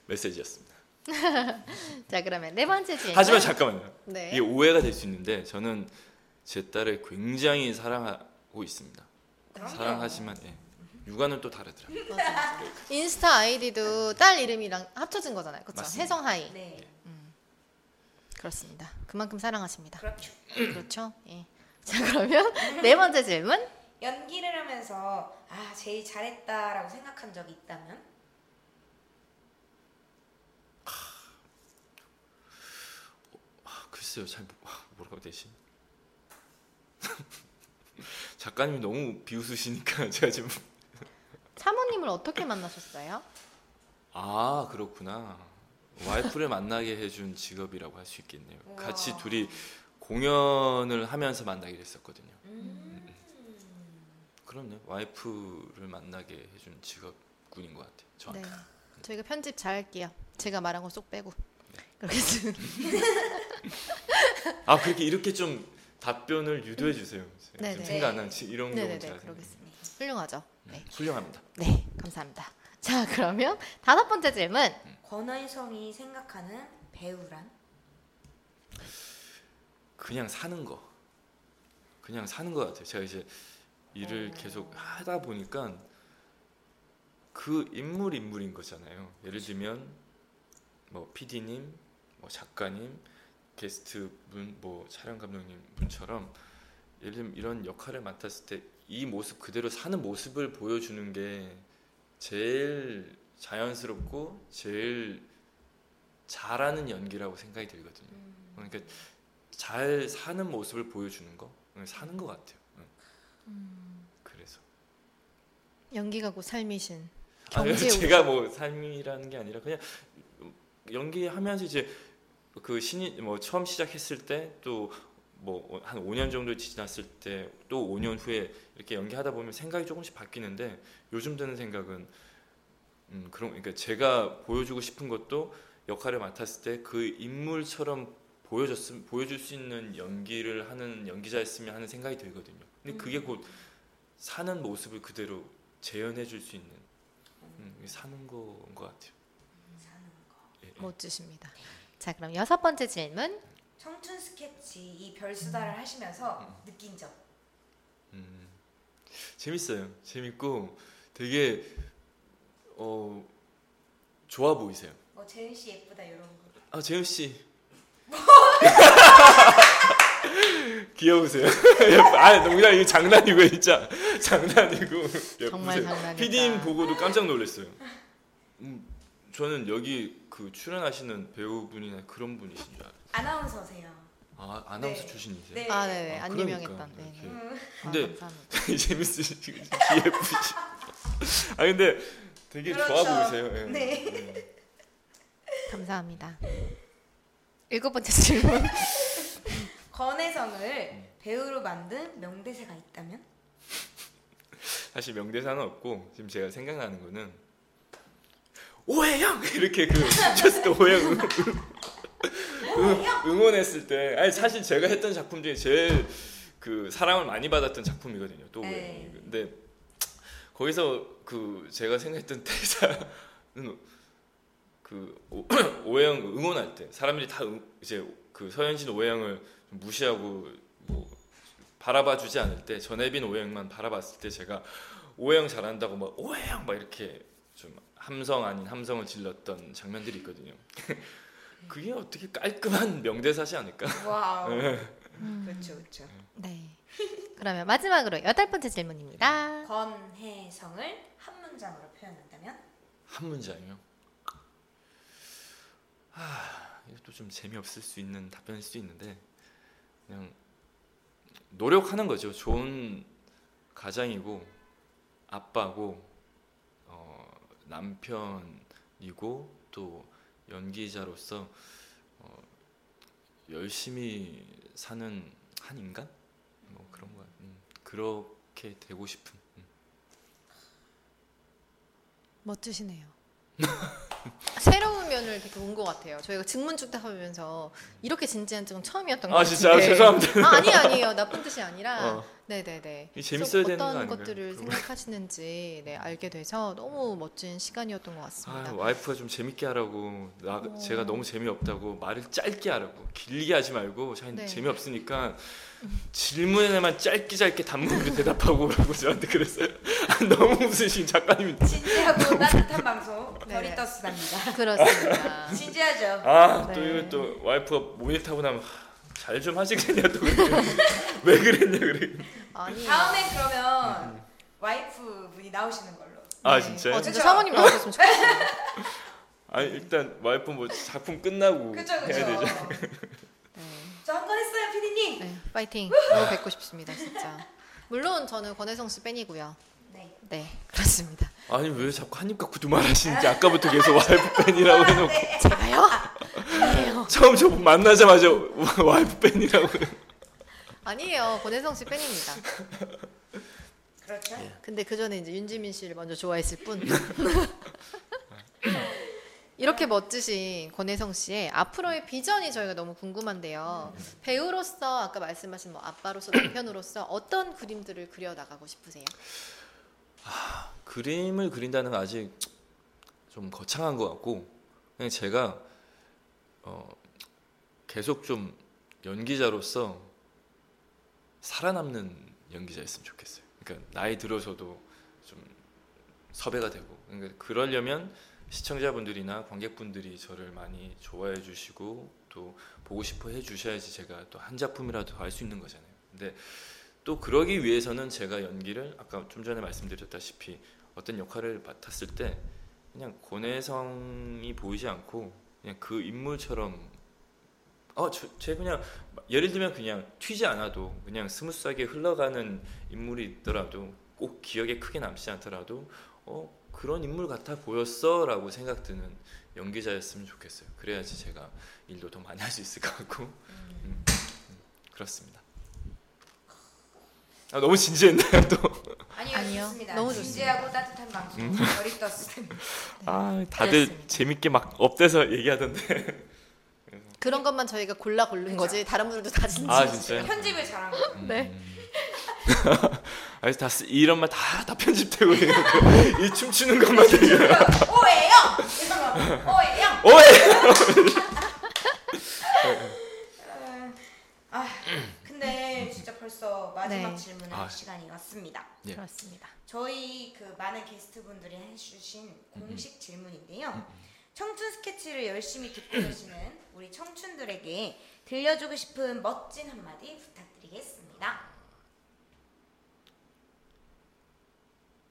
Speaker 2: 메시지였습니다.
Speaker 1: 자, 그러면 네 번째 질문.
Speaker 2: 하지만 잠깐만요.
Speaker 1: 네.
Speaker 2: 이게 오해가 될 수 있는데 저는 제 딸을 굉장히 사랑하고 있습니다.
Speaker 3: 그럼요.
Speaker 2: 사랑하지만 예. 육아는 또 다르더라고요.
Speaker 1: 맞아. 인스타 아이디도 딸 이름이랑 합쳐진 거잖아요. 그렇죠.
Speaker 2: 맞습니다.
Speaker 1: 혜성하이.
Speaker 3: 네.
Speaker 1: 그렇습니다. 그만큼 사랑하십니다.
Speaker 3: 그렇죠.
Speaker 1: 그렇죠? 예. 자, 그러면 네 번째 질문.
Speaker 3: 연기를 하면서 아 제일 잘했다라고 생각한 적이 있다면?
Speaker 2: 아, 글쎄요, 잘 모- 아, 뭐라고 대신 작가님이 너무 비웃으시니까 제가 지금
Speaker 1: 사모님을 어떻게 만나셨어요?
Speaker 2: 아 그렇구나 와이프를 만나게 해준 직업이라고 할 수 있겠네요
Speaker 3: 우와.
Speaker 2: 같이 둘이 공연을 하면서 만나게 됐었거든요
Speaker 3: 음.
Speaker 2: 그럼요 와이프를 만나게 해준 직업군인 것 같아요
Speaker 1: 네.
Speaker 2: 저한테
Speaker 1: 저희가 편집 잘 할게요. 제가 말한 거 쏙 빼고.
Speaker 2: 네.
Speaker 1: 그렇겠습니다. 네.
Speaker 2: 아 그렇게 이렇게 좀 답변을 유도해 주세요 좀
Speaker 1: 음. 네네.
Speaker 2: 생각 안 나는 지- 이런
Speaker 1: 네네네.
Speaker 2: 경우 제가 생각해요.
Speaker 1: 그러겠습니다. 훌륭하죠? 네.
Speaker 2: 훌륭합니다
Speaker 1: 네, 감사합니다. 자, 그러면 다섯 번째 질문.
Speaker 3: 권혜성이 생각하는 배우란?
Speaker 2: 그냥 사는 거 그냥 사는 것 같아요 제가 이제 일을 계속 하다 보니까 그 인물 인물인 거잖아요 예를 들면 뭐 PD님 뭐 작가님, 게스트 분, 뭐 촬영 감독님 분처럼 예를 들면 이런 역할을 맡았을 때 이 모습 그대로 사는 모습을 보여주는 게 제일 자연스럽고 제일 잘하는 연기라고 생각이 들거든요. 그러니까 잘 사는 모습을 보여주는 거 사는 것 같아요. 응, 그래서
Speaker 1: 연기가 곧 삶이신
Speaker 2: 아,
Speaker 1: 경제
Speaker 2: 제가 뭐 삶이라는 게 아니라 그냥 연기하면서 이제 그 신이 뭐 처음 시작했을 때 또 뭐 한 5년 정도 지났을 때 또 5년 후에 이렇게 연기하다 보면 생각이 조금씩 바뀌는데 요즘 드는 생각은 음 그럼 그러니까 제가 보여주고 싶은 것도 역할을 맡았을 때 그 인물처럼 보여줬음 보여줄 수 있는 연기를 하는 연기자였으면 하는 생각이 들거든요. 근데 그게 곧 사는 모습을 그대로 재현해 줄 수 있는 음, 이게 사는 거인 것 같아요. 예, 예.
Speaker 4: 멋지십니다. 자, 그럼 여섯 번째 질문.
Speaker 3: 청춘 스케치 이 별수다를 하시면서 느낀 점.
Speaker 2: 음, 재밌어요. 재밌고 되게 어 좋아 보이세요.
Speaker 3: 뭐 재은 씨 예쁘다 이런 거.
Speaker 2: 아 재현 씨. 귀여우세요. 아 농담 이거 장난이고 진짜 장난이고.
Speaker 4: 정말 장난이다.
Speaker 2: 예, 피디님 보고도 깜짝 놀랐어요. 음, 저는 여기 그 출연하시는 배우분이나 그런 분이신 줄 알아요.
Speaker 3: 아나운서세요.
Speaker 2: 아 아나운서
Speaker 3: 네.
Speaker 2: 출신이세요?
Speaker 3: 네.
Speaker 4: 아, 네, 네.
Speaker 2: 아,
Speaker 4: 안
Speaker 2: 그러니까.
Speaker 4: 유명했던. 네, 네.
Speaker 3: 음.
Speaker 4: 아,
Speaker 2: 근데
Speaker 4: 감사합니다.
Speaker 2: 재밌으시고 귀예쁘시. 아 근데 되게
Speaker 3: 그렇죠.
Speaker 2: 좋아 보이세요. 예.
Speaker 3: 네.
Speaker 2: 예.
Speaker 4: 감사합니다. 일곱 번째 질문.
Speaker 3: 권혜성을 배우로 만든 명대사가 있다면?
Speaker 2: 사실 명대사는 없고 지금 제가 생각나는 거는 오해영 이렇게 그 쳤을 때 오해영 응- 음, 응- 응원했을 때 아니 사실 제가 했던 작품 중에 제일 그 사랑을 많이 받았던 작품이거든요. 또
Speaker 3: 네.
Speaker 2: 오해영. 근데 거기서 그 제가 생각했던 대사는 그 오- 오해영 응원할 때 사람들이 다 응- 이제 그 서현 씨는 오해영을 좀 무시하고 뭐 바라봐 주지 않을 때 전혜빈 오해영만 바라봤을 때 제가 오해영 잘한다고 막 오해영 막 이렇게 좀 함성 아닌 함성을 질렀던 장면들이 있거든요. 그게 어떻게 깔끔한 명대사지 않을까?
Speaker 3: 와우.
Speaker 2: 네.
Speaker 4: 음,
Speaker 3: 그렇죠, 그렇죠.
Speaker 4: 네. 그러면 마지막으로 여덟 번째 질문입니다.
Speaker 3: 권혜성을 한 문장으로 표현한다면?
Speaker 2: 한 문장이요. 아, 이것도 좀 재미없을 수 있는 답변일 수도 있는데 그냥 노력하는 거죠. 좋은 가장이고 아빠고 어, 남편이고 또 연기자로서 어, 열심히 사는 한 인간 뭐 그런 거 음, 그렇게 되고 싶은 음.
Speaker 4: 멋지시네요.
Speaker 1: 새로운 면을 되게 본 것 같아요. 저희가 증문축탁하면서 이렇게 진지한 쪽은 처음이었던 것
Speaker 2: 아
Speaker 1: 같은데.
Speaker 2: 진짜 죄송합니다.
Speaker 1: 아, 아니 아니에요. 나쁜 뜻이 아니라.
Speaker 2: 어.
Speaker 1: 네네네.
Speaker 2: 이게 재밌어야
Speaker 1: 좀
Speaker 2: 되는 거
Speaker 1: 어떤
Speaker 2: 아닌가요?
Speaker 1: 것들을
Speaker 2: 그럼.
Speaker 1: 생각하시는지 네, 알게 돼서 너무 멋진 시간이었던 것 같습니다.
Speaker 2: 아, 와이프가 좀 재밌게 하라고 나
Speaker 1: 어.
Speaker 2: 제가 너무 재미없다고 말을 짧게 하라고 길게 하지 말고 잘
Speaker 1: 네. 음.
Speaker 2: 재미없으니까 질문에만 짧게 짧게 단문으로 대답하고 라고 저한테 그랬어요. 아, 너무 웃으신 작가님.
Speaker 3: 진지하고 따뜻한 방송
Speaker 1: 네.
Speaker 3: 별이 떴습니다.
Speaker 1: 그렇습니다.
Speaker 3: 진지하죠.
Speaker 2: 아또
Speaker 1: 네.
Speaker 2: 이거 또 와이프가 모니터하고 나면 잘 좀 하시겠냐 또 그랬더니 왜 그랬냐 그래.
Speaker 1: 아니.
Speaker 3: 다음에 그러면 와이프 분이 나오시는 걸로.
Speaker 2: 아
Speaker 1: 네.
Speaker 2: 진짜.
Speaker 1: 어,
Speaker 2: 요
Speaker 1: 진짜
Speaker 3: 그죠?
Speaker 1: 사모님 나오셨으면 좋겠어요.
Speaker 2: 아니 일단 와이프 뭐 작품 끝나고
Speaker 3: 그죠
Speaker 2: 해야 되죠.
Speaker 3: 그죠.
Speaker 1: 네.
Speaker 3: 저 한 건 했어요 피디님.
Speaker 1: 네, 파이팅. 너무 뵙고 싶습니다, 진짜. 물론 저는 권혜성 씨 팬이고요.
Speaker 3: 네.
Speaker 1: 네, 그렇습니다.
Speaker 2: 아니 왜 자꾸 한입 갖고 두 말하시는지 아까부터 계속 와이프
Speaker 3: 어, 아,
Speaker 2: 팬이라고 해놓고.
Speaker 3: 네,
Speaker 1: 제가요? 아, 아니에요.
Speaker 2: 처음 저 만나자마자 와- 와이프 팬이라고
Speaker 1: 아니에요. 권혜성 씨 팬입니다.
Speaker 3: 그렇죠.
Speaker 2: 예.
Speaker 1: 근데 그 전에 이제 윤지민 씨를 먼저 좋아했을 뿐. 이렇게 멋지신 권혜성 씨의 앞으로의 비전이 저희가 너무 궁금한데요. 배우로서 아까 말씀하신 뭐 아빠로서 남편으로서 어떤 그림들을 그려 나가고 싶으세요?
Speaker 2: 그림을 그린다는 건 아직 좀 거창한 것 같고 그냥 제가 어, 계속 좀 연기자로서 살아남는 연기자였으면 좋겠어요. 그러니까 나이 들어서도 좀 섭외가 되고 그러니까 그러려면 시청자분들이나 관객분들이 저를 많이 좋아해 주시고 또 보고 싶어 해주셔야지 제가 또 한 작품이라도 할 수 있는 거잖아요. 근데 또 그러기 위해서는 제가 연기를 아까 좀 전에 말씀드렸다시피 어떤 역할을 맡았을 때 그냥 고뇌성이 보이지 않고 그냥 그 인물처럼 어제 그냥 예를 들면 그냥 튀지 않아도 그냥 스무스하게 흘러가는 인물이 있더라도 꼭 기억에 크게 남지 않더라도 어 그런 인물 같아 보였어라고 생각드는 연기자였으면 좋겠어요. 그래야지 제가 일도 더 많이 할 수 있을 것 같고 음, 음, 그렇습니다. 아 너무 진지했나요 또?
Speaker 3: 아니요,
Speaker 1: 아니요.
Speaker 3: 좋습니다.
Speaker 1: 너무
Speaker 3: 진지하고 따뜻한 방송
Speaker 2: 음.
Speaker 3: 머리 떴을 때.
Speaker 2: 아 다들
Speaker 1: 그렇습니다.
Speaker 2: 재밌게 막 업돼서 얘기하던데.
Speaker 1: 그런 것만 저희가 골라 고른
Speaker 3: 그쵸.
Speaker 1: 거지 다른 분들도 다 진지.
Speaker 2: 아 진짜요?
Speaker 3: 편집을 잘한 거.
Speaker 1: 네.
Speaker 2: 아다 이런 말 다 다 편집되고 있는 거. 이 춤추는 것만 되게.
Speaker 3: 오예요. 이거 오예요.
Speaker 2: 오해.
Speaker 3: 아, 아, 근데 진짜 벌써 마지막
Speaker 1: 네.
Speaker 3: 질문할
Speaker 2: 아.
Speaker 3: 시간이 왔습니다.
Speaker 2: 예.
Speaker 1: 그렇습니다.
Speaker 3: 저희 그 많은 게스트분들이 해주신 공식
Speaker 2: 음,
Speaker 3: 질문인데요. 청춘 스케치를 열심히 듣고 계시는 우리 청춘들에게 들려주고 싶은 멋진 한마디 부탁드리겠습니다.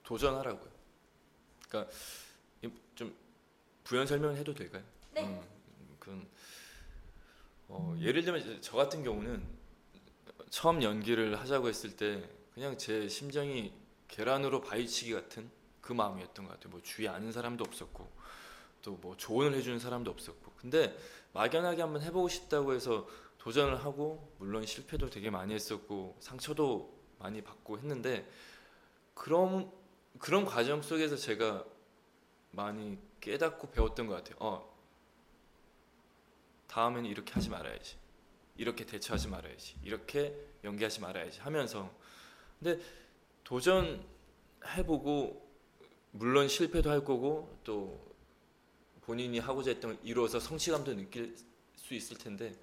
Speaker 2: 도전하라고요. 그러니까 이좀 부연 설명을 해도 될까요?
Speaker 3: 네.
Speaker 2: 음, 그건 어, 예를 들면 이제 저 같은 경우는 처음 연기를 하자고 했을 때 그냥 제 심정이 계란으로 바위치기 같은 그 마음이었던 것 같아요. 뭐 주위 아는 사람도 없었고 또 뭐 조언을 해주는 사람도 없었고 근데 막연하게 한번 해보고 싶다고 해서 도전을 하고 물론 실패도 되게 많이 했었고 상처도 많이 받고 했는데 그런 그런 과정 속에서 제가 많이 깨닫고 배웠던 것 같아요. 어, 다음에는 이렇게 하지 말아야지. 이렇게 대처하지 말아야지. 이렇게 연기하지 말아야지 하면서 근데 도전해보고 물론 실패도 할 거고 또 본인이 하고자 했던 걸 이루어서 성취감도 느낄 수 있을 텐데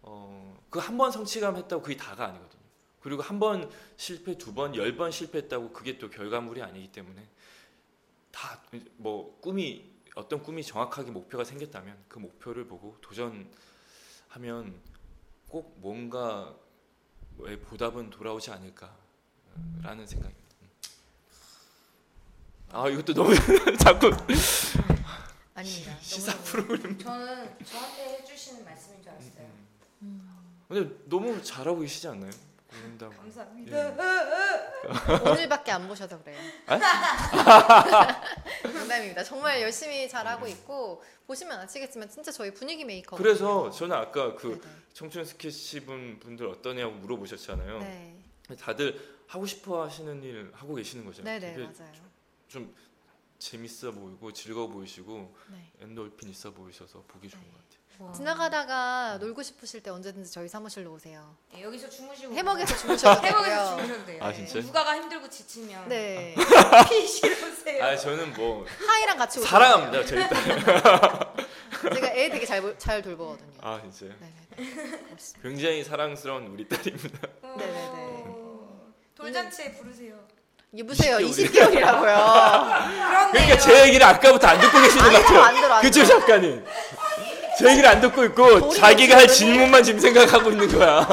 Speaker 2: 어, 그 한 번 성취감 했다고 그게 다가 아니거든요. 그리고 한 번 실패 두 번, 열 번 실패했다고 그게 또 결과물이 아니기 때문에 다 뭐 꿈이 어떤 꿈이 정확하게 목표가 생겼다면 그 목표를 보고 도전하면 꼭 뭔가의 보답은 돌아오지 않을까라는 생각입니다. 음. 아 이것도 너무 자꾸
Speaker 1: 아닙니다.
Speaker 2: 시사
Speaker 3: 프로그램. 저는 저한테 해주시는 말씀인 줄 알았어요.
Speaker 1: 음.
Speaker 2: 근데 너무 잘하고 계시지 않나요? 고른다고.
Speaker 1: 아,
Speaker 3: 감사합니다. 예.
Speaker 1: 오늘밖에 안 보셔서 그래요.
Speaker 2: 에?
Speaker 1: 농담입니다. 정말 열심히 잘 하고 있고 보시면 아시겠지만 진짜 저희 분위기 메이커.
Speaker 2: 그래서 저는 아까 그
Speaker 1: 네,
Speaker 2: 청춘 스케치 분 분들 어떠냐고 물어보셨잖아요.
Speaker 1: 네,
Speaker 2: 다들 하고 싶어 하시는 일 하고 계시는 거죠.
Speaker 1: 네, 네,
Speaker 2: 되게
Speaker 1: 맞아요.
Speaker 2: 좀 재밌어 보이고 즐거워 보이시고
Speaker 1: 네.
Speaker 2: 엔돌핀 있어 보이셔서 보기 좋은 것 같아요.
Speaker 1: 지나가다가 놀고 싶으실 때 언제든지 저희 사무실로 오세요.
Speaker 3: 네, 여기서 주무시고
Speaker 1: 해먹에서 주무셔도 되고요.
Speaker 3: 해먹에서 주무셔도 돼요.
Speaker 2: 아,
Speaker 3: 네.
Speaker 2: 진짜요?
Speaker 3: 누가가 힘들고 지치면
Speaker 1: 네,
Speaker 3: 피시로 오세요.
Speaker 2: 아 저는 뭐
Speaker 1: 하이랑 같이 오세요.
Speaker 2: 사랑합니다 저 일단.
Speaker 1: 제가 애 되게 잘 잘 돌보거든요.
Speaker 2: 아 진짜요?
Speaker 1: 네, 네, 네. 그렇습니다.
Speaker 2: 굉장히 사랑스러운 우리 딸입니다.
Speaker 3: 어,
Speaker 1: 네네네.
Speaker 3: 돌잔치에 부르세요.
Speaker 1: 여보세요,
Speaker 2: 20개월
Speaker 1: 20개월이라고요.
Speaker 3: 그렇네요.
Speaker 2: 그러니까 제 얘기를 아까부터 안 듣고 계시는 것
Speaker 1: 안 들어,
Speaker 2: 같아요.
Speaker 1: 안
Speaker 2: 네, 그쵸
Speaker 1: 들어.
Speaker 2: 작가님? 제 얘기를 안 듣고 있고
Speaker 1: 머리
Speaker 2: 자기가 할
Speaker 1: 맞추는
Speaker 2: 질문만 지금 생각하고 있는 거야.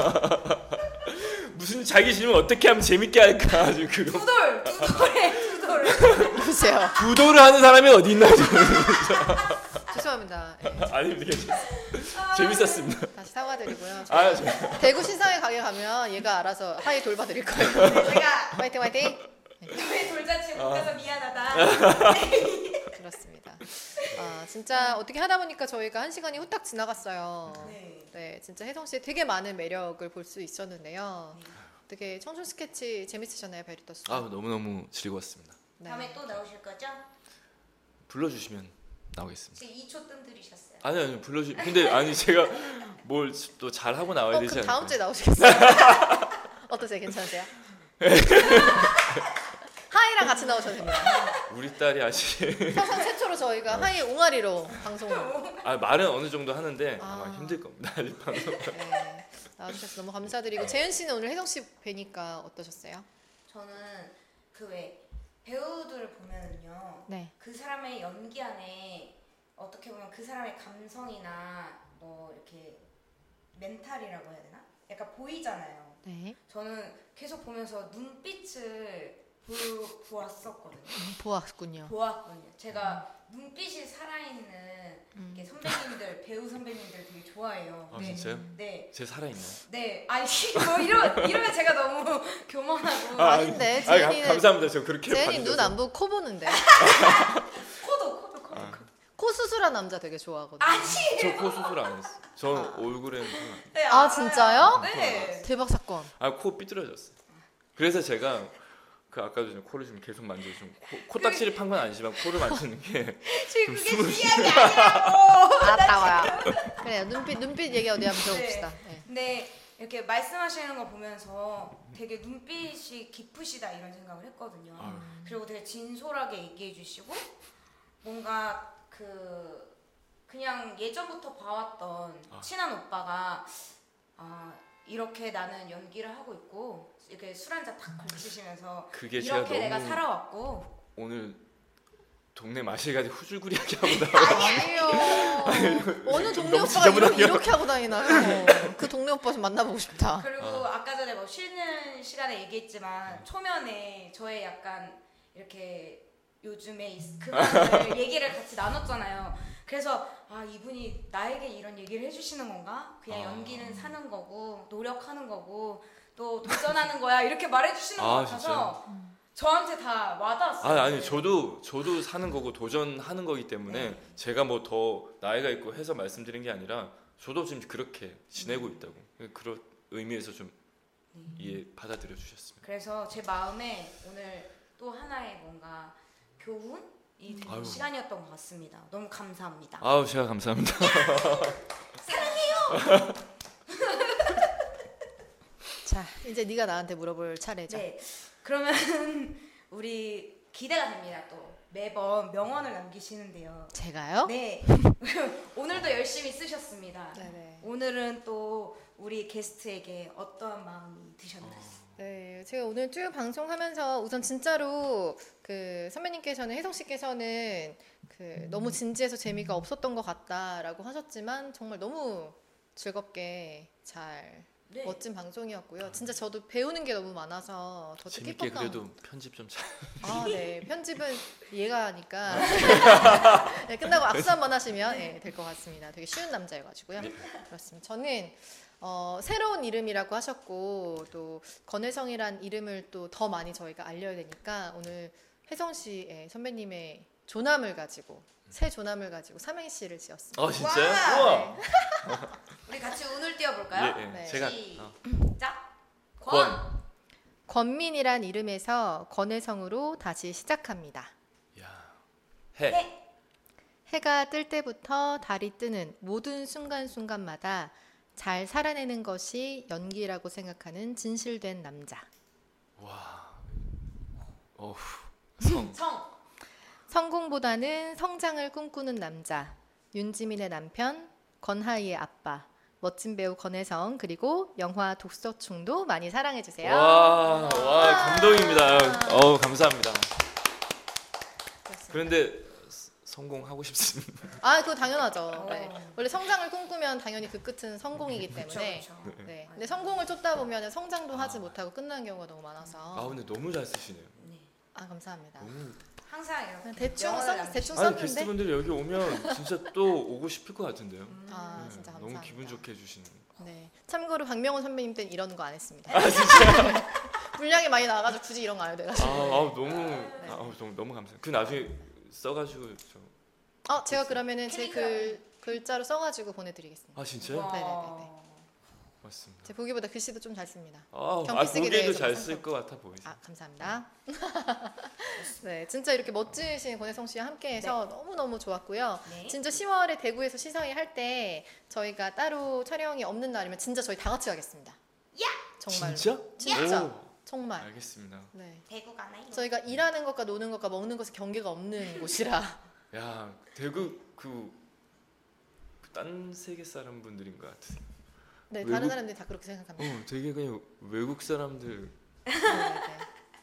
Speaker 2: 무슨 자기 질문 어떻게 하면 재밌게 할까 지금 그거.
Speaker 3: 두돌 두돌에 두돌.
Speaker 1: 여보세요.
Speaker 2: 구도를 하는 사람이 어디 있나 지금.
Speaker 1: 죄송합니다. 예,
Speaker 2: 아닙니다. 괜찮습니다. 재밌었습니다.
Speaker 1: 다시 사과드리고요.
Speaker 2: 아 저-
Speaker 1: 대구 신사에 가게 가면 얘가 알아서 하이 돌봐드릴 거예요.
Speaker 3: 제가
Speaker 1: 화이팅 화이팅.
Speaker 3: 아, 너의 돌잔치에
Speaker 2: 아.
Speaker 3: 못 가서 미안하다.
Speaker 1: 그렇습니다. 아 진짜 어떻게 하다 보니까 저희가 한 시간이 후딱 지나갔어요.
Speaker 3: 네.
Speaker 1: 네, 진짜 혜성 씨의 되게 많은 매력을 볼 수 있었는데요. 되게 청춘 스케치 재밌으셨나요, 베리터 씨?
Speaker 2: 아 너무 너무 즐거웠습니다.
Speaker 1: 네.
Speaker 3: 다음에 또 나오실 거죠?
Speaker 2: 불러주시면 나오겠습니다.
Speaker 3: 지금 2초 뜸들이셨어요.
Speaker 2: 아니 아니 불러주 근데 아니 제가 뭘 또 잘하고 나와야
Speaker 1: 어,
Speaker 2: 되지
Speaker 1: 그럼
Speaker 2: 않을까요?
Speaker 1: 다음 주에 나오시겠어요? 어떠세요? 괜찮으세요? 하이랑 같이 나오셔도 됩니다.
Speaker 2: 우리 딸이 아직
Speaker 1: 서상 최초로 저희가 하이 옹알이로 방송을
Speaker 2: 아, 말은 어느 정도 하는데
Speaker 1: 아.
Speaker 2: 아마 힘들 겁니다. 이 방송.
Speaker 1: 네, 나와주셔서 너무 감사드리고 재현 씨는 오늘 혜성 씨 뵈니까 어떠셨어요?
Speaker 3: 저는 그 왜 배우들 보면은요.
Speaker 1: 네.
Speaker 3: 그 사람의 연기 안에 어떻게 보면 그 사람의 감성이나 뭐 이렇게 멘탈이라고 해야 되나? 약간 보이잖아요.
Speaker 1: 네.
Speaker 3: 저는 계속 보면서 눈빛을 보, 보았었거든요.
Speaker 1: 음, 보았군요.
Speaker 3: 보았군요. 제가 눈빛이 살아있는
Speaker 1: 음.
Speaker 3: 이렇게 선배님들, 배우 선배님들 되게 좋아해요.
Speaker 2: 아
Speaker 3: 네.
Speaker 2: 진짜요?
Speaker 3: 네.
Speaker 2: 제 살아있나요?
Speaker 3: 네. 아니, 뭐 이러면, 이러면 제가 너무 교만하고.
Speaker 2: 아,
Speaker 1: 아닌데
Speaker 2: 아
Speaker 1: 제니는
Speaker 2: 감사합니다. 저 그렇게
Speaker 1: 제니
Speaker 2: 봐주셔서.
Speaker 1: 눈안 보고 코 보는데
Speaker 3: 코도, 코도, 코도.
Speaker 2: 아.
Speaker 3: 코도.
Speaker 1: 코 수술한 남자 되게 좋아하거든요.
Speaker 3: 아니!
Speaker 2: 저코 수술 안 했어. 저 얼굴에는 좀 안-
Speaker 3: 네,
Speaker 1: 아,
Speaker 3: 알아요.
Speaker 1: 진짜요?
Speaker 3: 네.
Speaker 1: 대박 사건.
Speaker 2: 아, 코 삐뚤어졌어. 그래서 제가 그 아까도 전에 코를 좀 계속 만져주고 코, 코딱지를 판 건 아니지만 코를 만지는 게
Speaker 3: 지금 그게 중요한 게
Speaker 1: 어,
Speaker 3: 아니라고.
Speaker 1: 알았다고요. 그래요. 눈빛 눈빛 얘기 어디 한번 들어봅시다. 네.
Speaker 3: 근데 이렇게 말씀하시는 거 보면서 되게 눈빛이 깊으시다 이런 생각을 했거든요.
Speaker 2: 아유.
Speaker 3: 그리고 되게 진솔하게 얘기해 주시고 뭔가 그 그냥 예전부터 봐왔던
Speaker 2: 아.
Speaker 3: 친한 오빠가 아 이렇게 나는 연기를 하고 있고 이렇게 술 한잔 탁 걸치시면서
Speaker 2: 그게 제가
Speaker 3: 이렇게 내가
Speaker 2: 너무
Speaker 3: 살아왔고
Speaker 2: 오늘 동네 마실까지 후줄구리하게 하고 나와.
Speaker 1: 아니요. 어느 동네 오빠가 이렇게, 이렇게 하고 다니나요? 그 동네 오빠 좀 만나보고 싶다.
Speaker 3: 그리고
Speaker 2: 어.
Speaker 3: 아까 전에 뭐 쉬는 시간에 얘기했지만 초면에 저의 약간 이렇게 요즘에 있- 그거를 얘기를 같이 나눴잖아요. 그래서 아 이분이 나에게 이런 얘기를 해주시는 건가? 그냥
Speaker 2: 아.
Speaker 3: 연기는 사는 거고 노력하는 거고 또 도전하는 거야 이렇게 말해주시는 것
Speaker 2: 아,
Speaker 3: 같아서 저한테 다 와닿았어요.
Speaker 2: 아, 아니 저도 저도 사는 거고 도전하는 거기 때문에 제가 뭐 더 나이가 있고 해서 말씀드린 게 아니라 저도 지금 그렇게 지내고 있다고 그런 의미에서 좀 이해 받아들여 주셨습니다.
Speaker 3: 그래서 제 마음에 오늘 또 하나의 뭔가 교훈이 되는
Speaker 2: 아유.
Speaker 3: 시간이었던 것 같습니다. 너무 감사합니다.
Speaker 2: 아우 제가 감사합니다.
Speaker 1: 자, 이제 네가 나한테 물어볼 차례죠.
Speaker 3: 네. 그러면 우리 기대가 됩니다. 또 매번 명언을 남기시는데요.
Speaker 1: 제가요?
Speaker 3: 네. 오늘도 열심히 쓰셨습니다.
Speaker 1: 어? 네네.
Speaker 3: 오늘은 또 우리 게스트에게 어떠한 마음이 드셨나요?
Speaker 1: 네, 제가 오늘 쭉 방송하면서 우선 진짜로 그 선배님께서는 혜성 씨께서는 그 너무 진지해서 재미가 없었던 것 같다라고 하셨지만 정말 너무 즐겁게 잘
Speaker 3: 네.
Speaker 1: 멋진 방송이었고요. 진짜 저도 배우는 게 너무 많아서 더
Speaker 2: 재밌게
Speaker 1: 뜻깊었던
Speaker 2: 그래도 편집 좀 잘.
Speaker 1: 아, 네. 편집은 얘가 하니까. 네, 끝나고 악수 한번 하시면 예, 될 것 같습니다. 되게 쉬운 남자여가지고요. 그렇습니다. 저는 어, 새로운 이름이라고 하셨고 또 건혜성이란 이름을 또 더 많이 저희가 알려야 되니까 오늘 혜성 씨 예, 선배님의 조남을 가지고 새 조남을 가지고 삼행시를 지었습니다.
Speaker 2: 아 진짜요?
Speaker 3: 와!
Speaker 2: 우와.
Speaker 3: 우리 같이 운을 띄워볼까요?
Speaker 2: 예, 예.
Speaker 1: 네.
Speaker 2: 제가
Speaker 3: 시작.
Speaker 2: 어.
Speaker 3: 예. 권.
Speaker 1: 권민이란 이름에서 건혜성으로 다시 시작합니다.
Speaker 2: 야. 해.
Speaker 3: 해.
Speaker 1: 해가 뜰 때부터 달이 뜨는 모든 순간순간마다 잘 살아내는 것이 연기라고 생각하는 진실된 남자.
Speaker 2: 와. 어후. 성.
Speaker 3: 성.
Speaker 1: 성공보다는 성장을 꿈꾸는 남자. 윤지민의 남편, 건하이의 아빠, 멋진 배우 건혜성, 그리고 영화 독서충도 많이 사랑해주세요.
Speaker 2: 와. 와 감동입니다. 어 감사합니다.
Speaker 1: 그렇습니다.
Speaker 2: 그런데 스- 성공하고 싶습니다.
Speaker 1: 아, 그거 당연하죠. 네. 원래 성장을 꿈꾸면 당연히 그 끝은 성공이기
Speaker 3: 어. 그렇죠.
Speaker 1: 때문에.
Speaker 3: 그렇죠.
Speaker 1: 네. 근데 성공을 쫓다 보면 성장도 하지
Speaker 3: 아.
Speaker 1: 못하고 끝나는 경우가 너무
Speaker 2: 아
Speaker 1: 많아서.
Speaker 2: 근데 너무 잘 쓰시네요.
Speaker 3: 네.
Speaker 1: 아, 감사합니다.
Speaker 2: 너무.
Speaker 3: 항상 이렇게
Speaker 1: 대충
Speaker 3: 명언을
Speaker 1: 썼
Speaker 3: 남기시고.
Speaker 1: 대충
Speaker 2: 아니
Speaker 1: 썼는데
Speaker 2: 게스트분들이 여기 오면 진짜 또 오고 싶을 것 같은데요.
Speaker 3: 음.
Speaker 1: 아
Speaker 2: 네,
Speaker 1: 진짜 감사합니다.
Speaker 2: 너무 기분 좋게 해주시는.
Speaker 1: 네. 참고로 박명호 선배님 때는 이런 거 안 했습니다.
Speaker 2: 아,
Speaker 1: 분량이 많이 나와가지고 굳이 이런 거 안 해도 돼가지고.
Speaker 2: 아, 아 너무
Speaker 1: 네.
Speaker 2: 아, 너무 너무 감사해요. 그 나중에 써가지고 저.
Speaker 1: 어 제가 그러면은
Speaker 3: 큰일
Speaker 1: 제 글 글자로 써가지고 보내드리겠습니다.
Speaker 2: 아 진짜요?
Speaker 3: 와.
Speaker 1: 네네네네.
Speaker 2: 맞습니다.
Speaker 1: 제 보기보다 글씨도 좀 잘 씁니다.
Speaker 2: 아,
Speaker 1: 경기
Speaker 2: 아
Speaker 1: 쓰기
Speaker 2: 보기에도
Speaker 1: 대해서
Speaker 2: 잘 쓸
Speaker 1: 상품.
Speaker 2: 것 같아 보이세요.
Speaker 1: 아 감사합니다. 네 진짜 이렇게 멋지신 권혜성 씨와 함께해서 너무 너무 좋았고요.
Speaker 3: 네.
Speaker 1: 진짜 10월에 대구에서 시상회 할 때 저희가 따로 촬영이 없는 날이면 진짜 저희 다 같이 가겠습니다. 정말로.
Speaker 2: 진짜?
Speaker 1: 진짜.
Speaker 2: 오,
Speaker 1: 정말.
Speaker 2: 알겠습니다.
Speaker 1: 네.
Speaker 3: 대구 가나요?
Speaker 1: 저희가 일하는 것과 노는 것과 먹는 것에 경계가 없는 곳이라
Speaker 2: 야 대구 그, 그딴 세계 사람 분들인 것 같으세요.
Speaker 1: 네
Speaker 2: 외국-
Speaker 1: 다른 사람들이 다 그렇게 생각합니다.
Speaker 2: 어, 되게 그냥 외국 사람들.
Speaker 1: 네,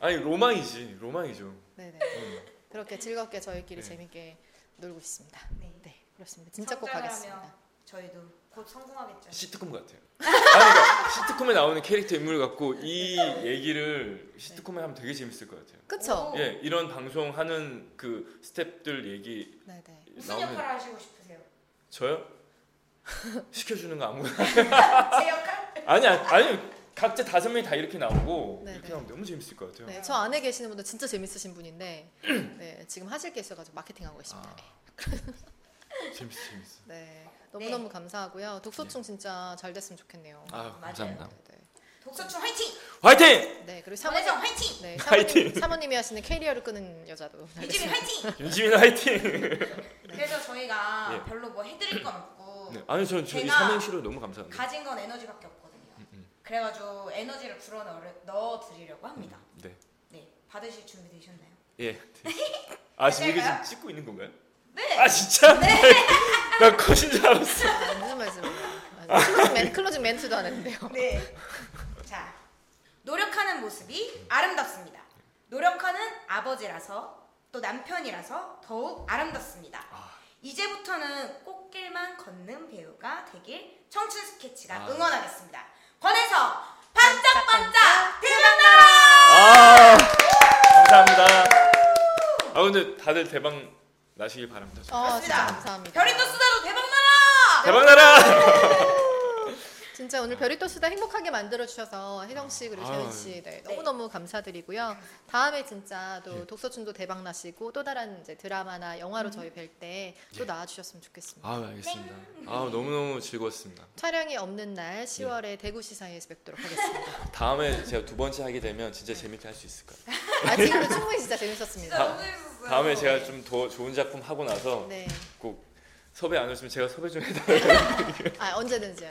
Speaker 2: 아니 로망이지, 로망이죠.
Speaker 1: 네, 네, 네.
Speaker 2: 음.
Speaker 1: 그렇게 즐겁게 저희끼리
Speaker 2: 네.
Speaker 1: 재밌게 놀고 있습니다.
Speaker 3: 네.
Speaker 1: 네 그렇습니다. 진짜 꼭
Speaker 3: 성장을
Speaker 1: 가겠습니다.
Speaker 3: 하며 저희도 곧 성공하겠죠.
Speaker 2: 시트콤 같아요. 아니 그러니까 시트콤에 나오는 캐릭터 인물 같고 이 얘기를 시트콤에 하면 되게 재밌을 것 같아요.
Speaker 1: 그쵸?
Speaker 3: 오.
Speaker 2: 예, 이런 방송 하는 그 스탭들 얘기
Speaker 1: 네네.
Speaker 3: 무슨
Speaker 2: 나오면
Speaker 3: 역할을 하시고 싶으세요?
Speaker 2: 저요? 시켜주는 거 아무거나
Speaker 3: 제 역할?
Speaker 2: 아니 아니, 아니 각자 다섯 명이 다 이렇게 나오고
Speaker 1: 네,
Speaker 2: 이렇게
Speaker 1: 네.
Speaker 2: 나오면 너무 재밌을 것 같아요.
Speaker 1: 네, 저 안에 계시는 분들 진짜 재밌으신 분인데 네, 지금 하실 게 있어가지고 마케팅하고 있습니다.
Speaker 2: 아. 재밌어 재밌어.
Speaker 1: 네, 너무너무 감사하고요. 독서충 진짜 잘 됐으면 좋겠네요.
Speaker 2: 네. 아 감사합니다.
Speaker 1: 네,
Speaker 3: 독서촌 화이팅!
Speaker 2: 화이팅!
Speaker 1: 네. 네, 그리고
Speaker 3: 원혜정
Speaker 1: 사모님,
Speaker 3: 화이팅!
Speaker 1: 네,
Speaker 2: 화이팅!
Speaker 1: 사모님, 사모님이 하시는 캐리어를 끄는 여자도
Speaker 3: 이집이 화이팅!
Speaker 2: 윤지민 화이팅!
Speaker 3: 그래서 저희가
Speaker 2: 예.
Speaker 3: 별로 뭐 해드릴 건 없고
Speaker 2: 네. 아니 저저이
Speaker 3: 제가
Speaker 2: 삼행시로 너무 감사합니다.
Speaker 3: 가진 건 에너지밖에 없거든요.
Speaker 2: 음,
Speaker 3: 그래가지고 에너지를 불어 넣으려- 넣어드리려고 합니다.
Speaker 2: 네.
Speaker 3: 네, 받으실 준비 되셨나요?
Speaker 2: 예. 아 지금 이게 지금
Speaker 3: 괜찮아요?
Speaker 2: 찍고 있는 건가요?
Speaker 3: 네.
Speaker 2: 아 진짜? 네. 나 컷인 줄 알았어.
Speaker 1: 아, 무슨 말씀이에요? 아, 클로징, 멘, 클로징 멘트도 안 했는데요.
Speaker 3: 네. 자, 노력하는 모습이 아름답습니다. 노력하는 아버지라서 또 남편이라서 더욱 아름답습니다. 이제부터는 꽃길만 걷는 배우가 되길 청춘 스케치가
Speaker 2: 아.
Speaker 3: 응원하겠습니다. 권해서 반짝반짝 대박나라!
Speaker 2: 아 감사합니다. 아 근데 다들 대박 나시길 바랍니다.
Speaker 1: 어, 진짜
Speaker 3: 맞습니다.
Speaker 1: 감사합니다.
Speaker 3: 별이 또 쓰다도 대박나라!
Speaker 2: 대박 나라!
Speaker 1: 진짜 오늘 별이 또 쓰다 행복하게 만들어 주셔서 혜성 씨 그리고
Speaker 2: 아유.
Speaker 1: 재현 씨 네, 너무 너무 감사드리고요. 다음에 진짜
Speaker 2: 예.
Speaker 1: 또 독서춘도 대박 나시고 또 다른 이제 드라마나 영화로 저희 뵐 때 또
Speaker 2: 예.
Speaker 1: 나와 주셨으면 좋겠습니다.
Speaker 2: 아 알겠습니다. 아 너무 너무 즐거웠습니다.
Speaker 1: 촬영이 없는 날 10월에
Speaker 2: 예.
Speaker 1: 대구 시사회에서 뵙도록 하겠습니다.
Speaker 2: 다음에 제가 두 번째 하게 되면 진짜 재밌게 할 수 있을 것 같아요.
Speaker 1: 아 지금도 충분히 진짜
Speaker 3: 진짜
Speaker 2: 아.
Speaker 1: 재밌었습니다.
Speaker 3: 너무 재밌었어요.
Speaker 2: 다음에 제가 좀 더 좋은 작품 하고 나서
Speaker 1: 네,
Speaker 2: 꼭 섭외 안 오시면 제가 섭외 좀 해달라고.
Speaker 1: 아 언제든지 요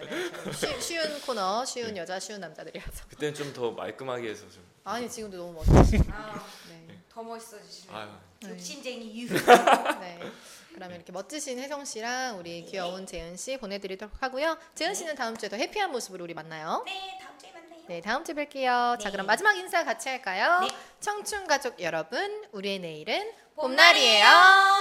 Speaker 1: 쉬운 코너, 쉬운
Speaker 2: 예.
Speaker 1: 여자, 쉬운 남자들이라서.
Speaker 2: 그때는 좀 더 말끔하게 해서 좀.
Speaker 1: 아니 지금도 너무 멋지시.
Speaker 3: 아,
Speaker 1: 네,
Speaker 3: 더 멋있어지시네요.
Speaker 2: 아유.
Speaker 3: 욕심쟁이 유.
Speaker 1: 네. 그러면 이렇게 멋지신 혜성 씨랑 우리 귀여운 재은 씨 보내드리도록 하고요. 재은 씨는 다음 주에 더 해피한 모습으로 우리 만나요.
Speaker 3: 네, 다음 주에 만나요.
Speaker 1: 네, 다음 주에 뵐게요. 자,
Speaker 3: 네.
Speaker 1: 그럼 마지막 인사 같이 할까요?
Speaker 3: 네.
Speaker 1: 청춘 가족 여러분, 우리의 내일은
Speaker 3: 봄날이에요.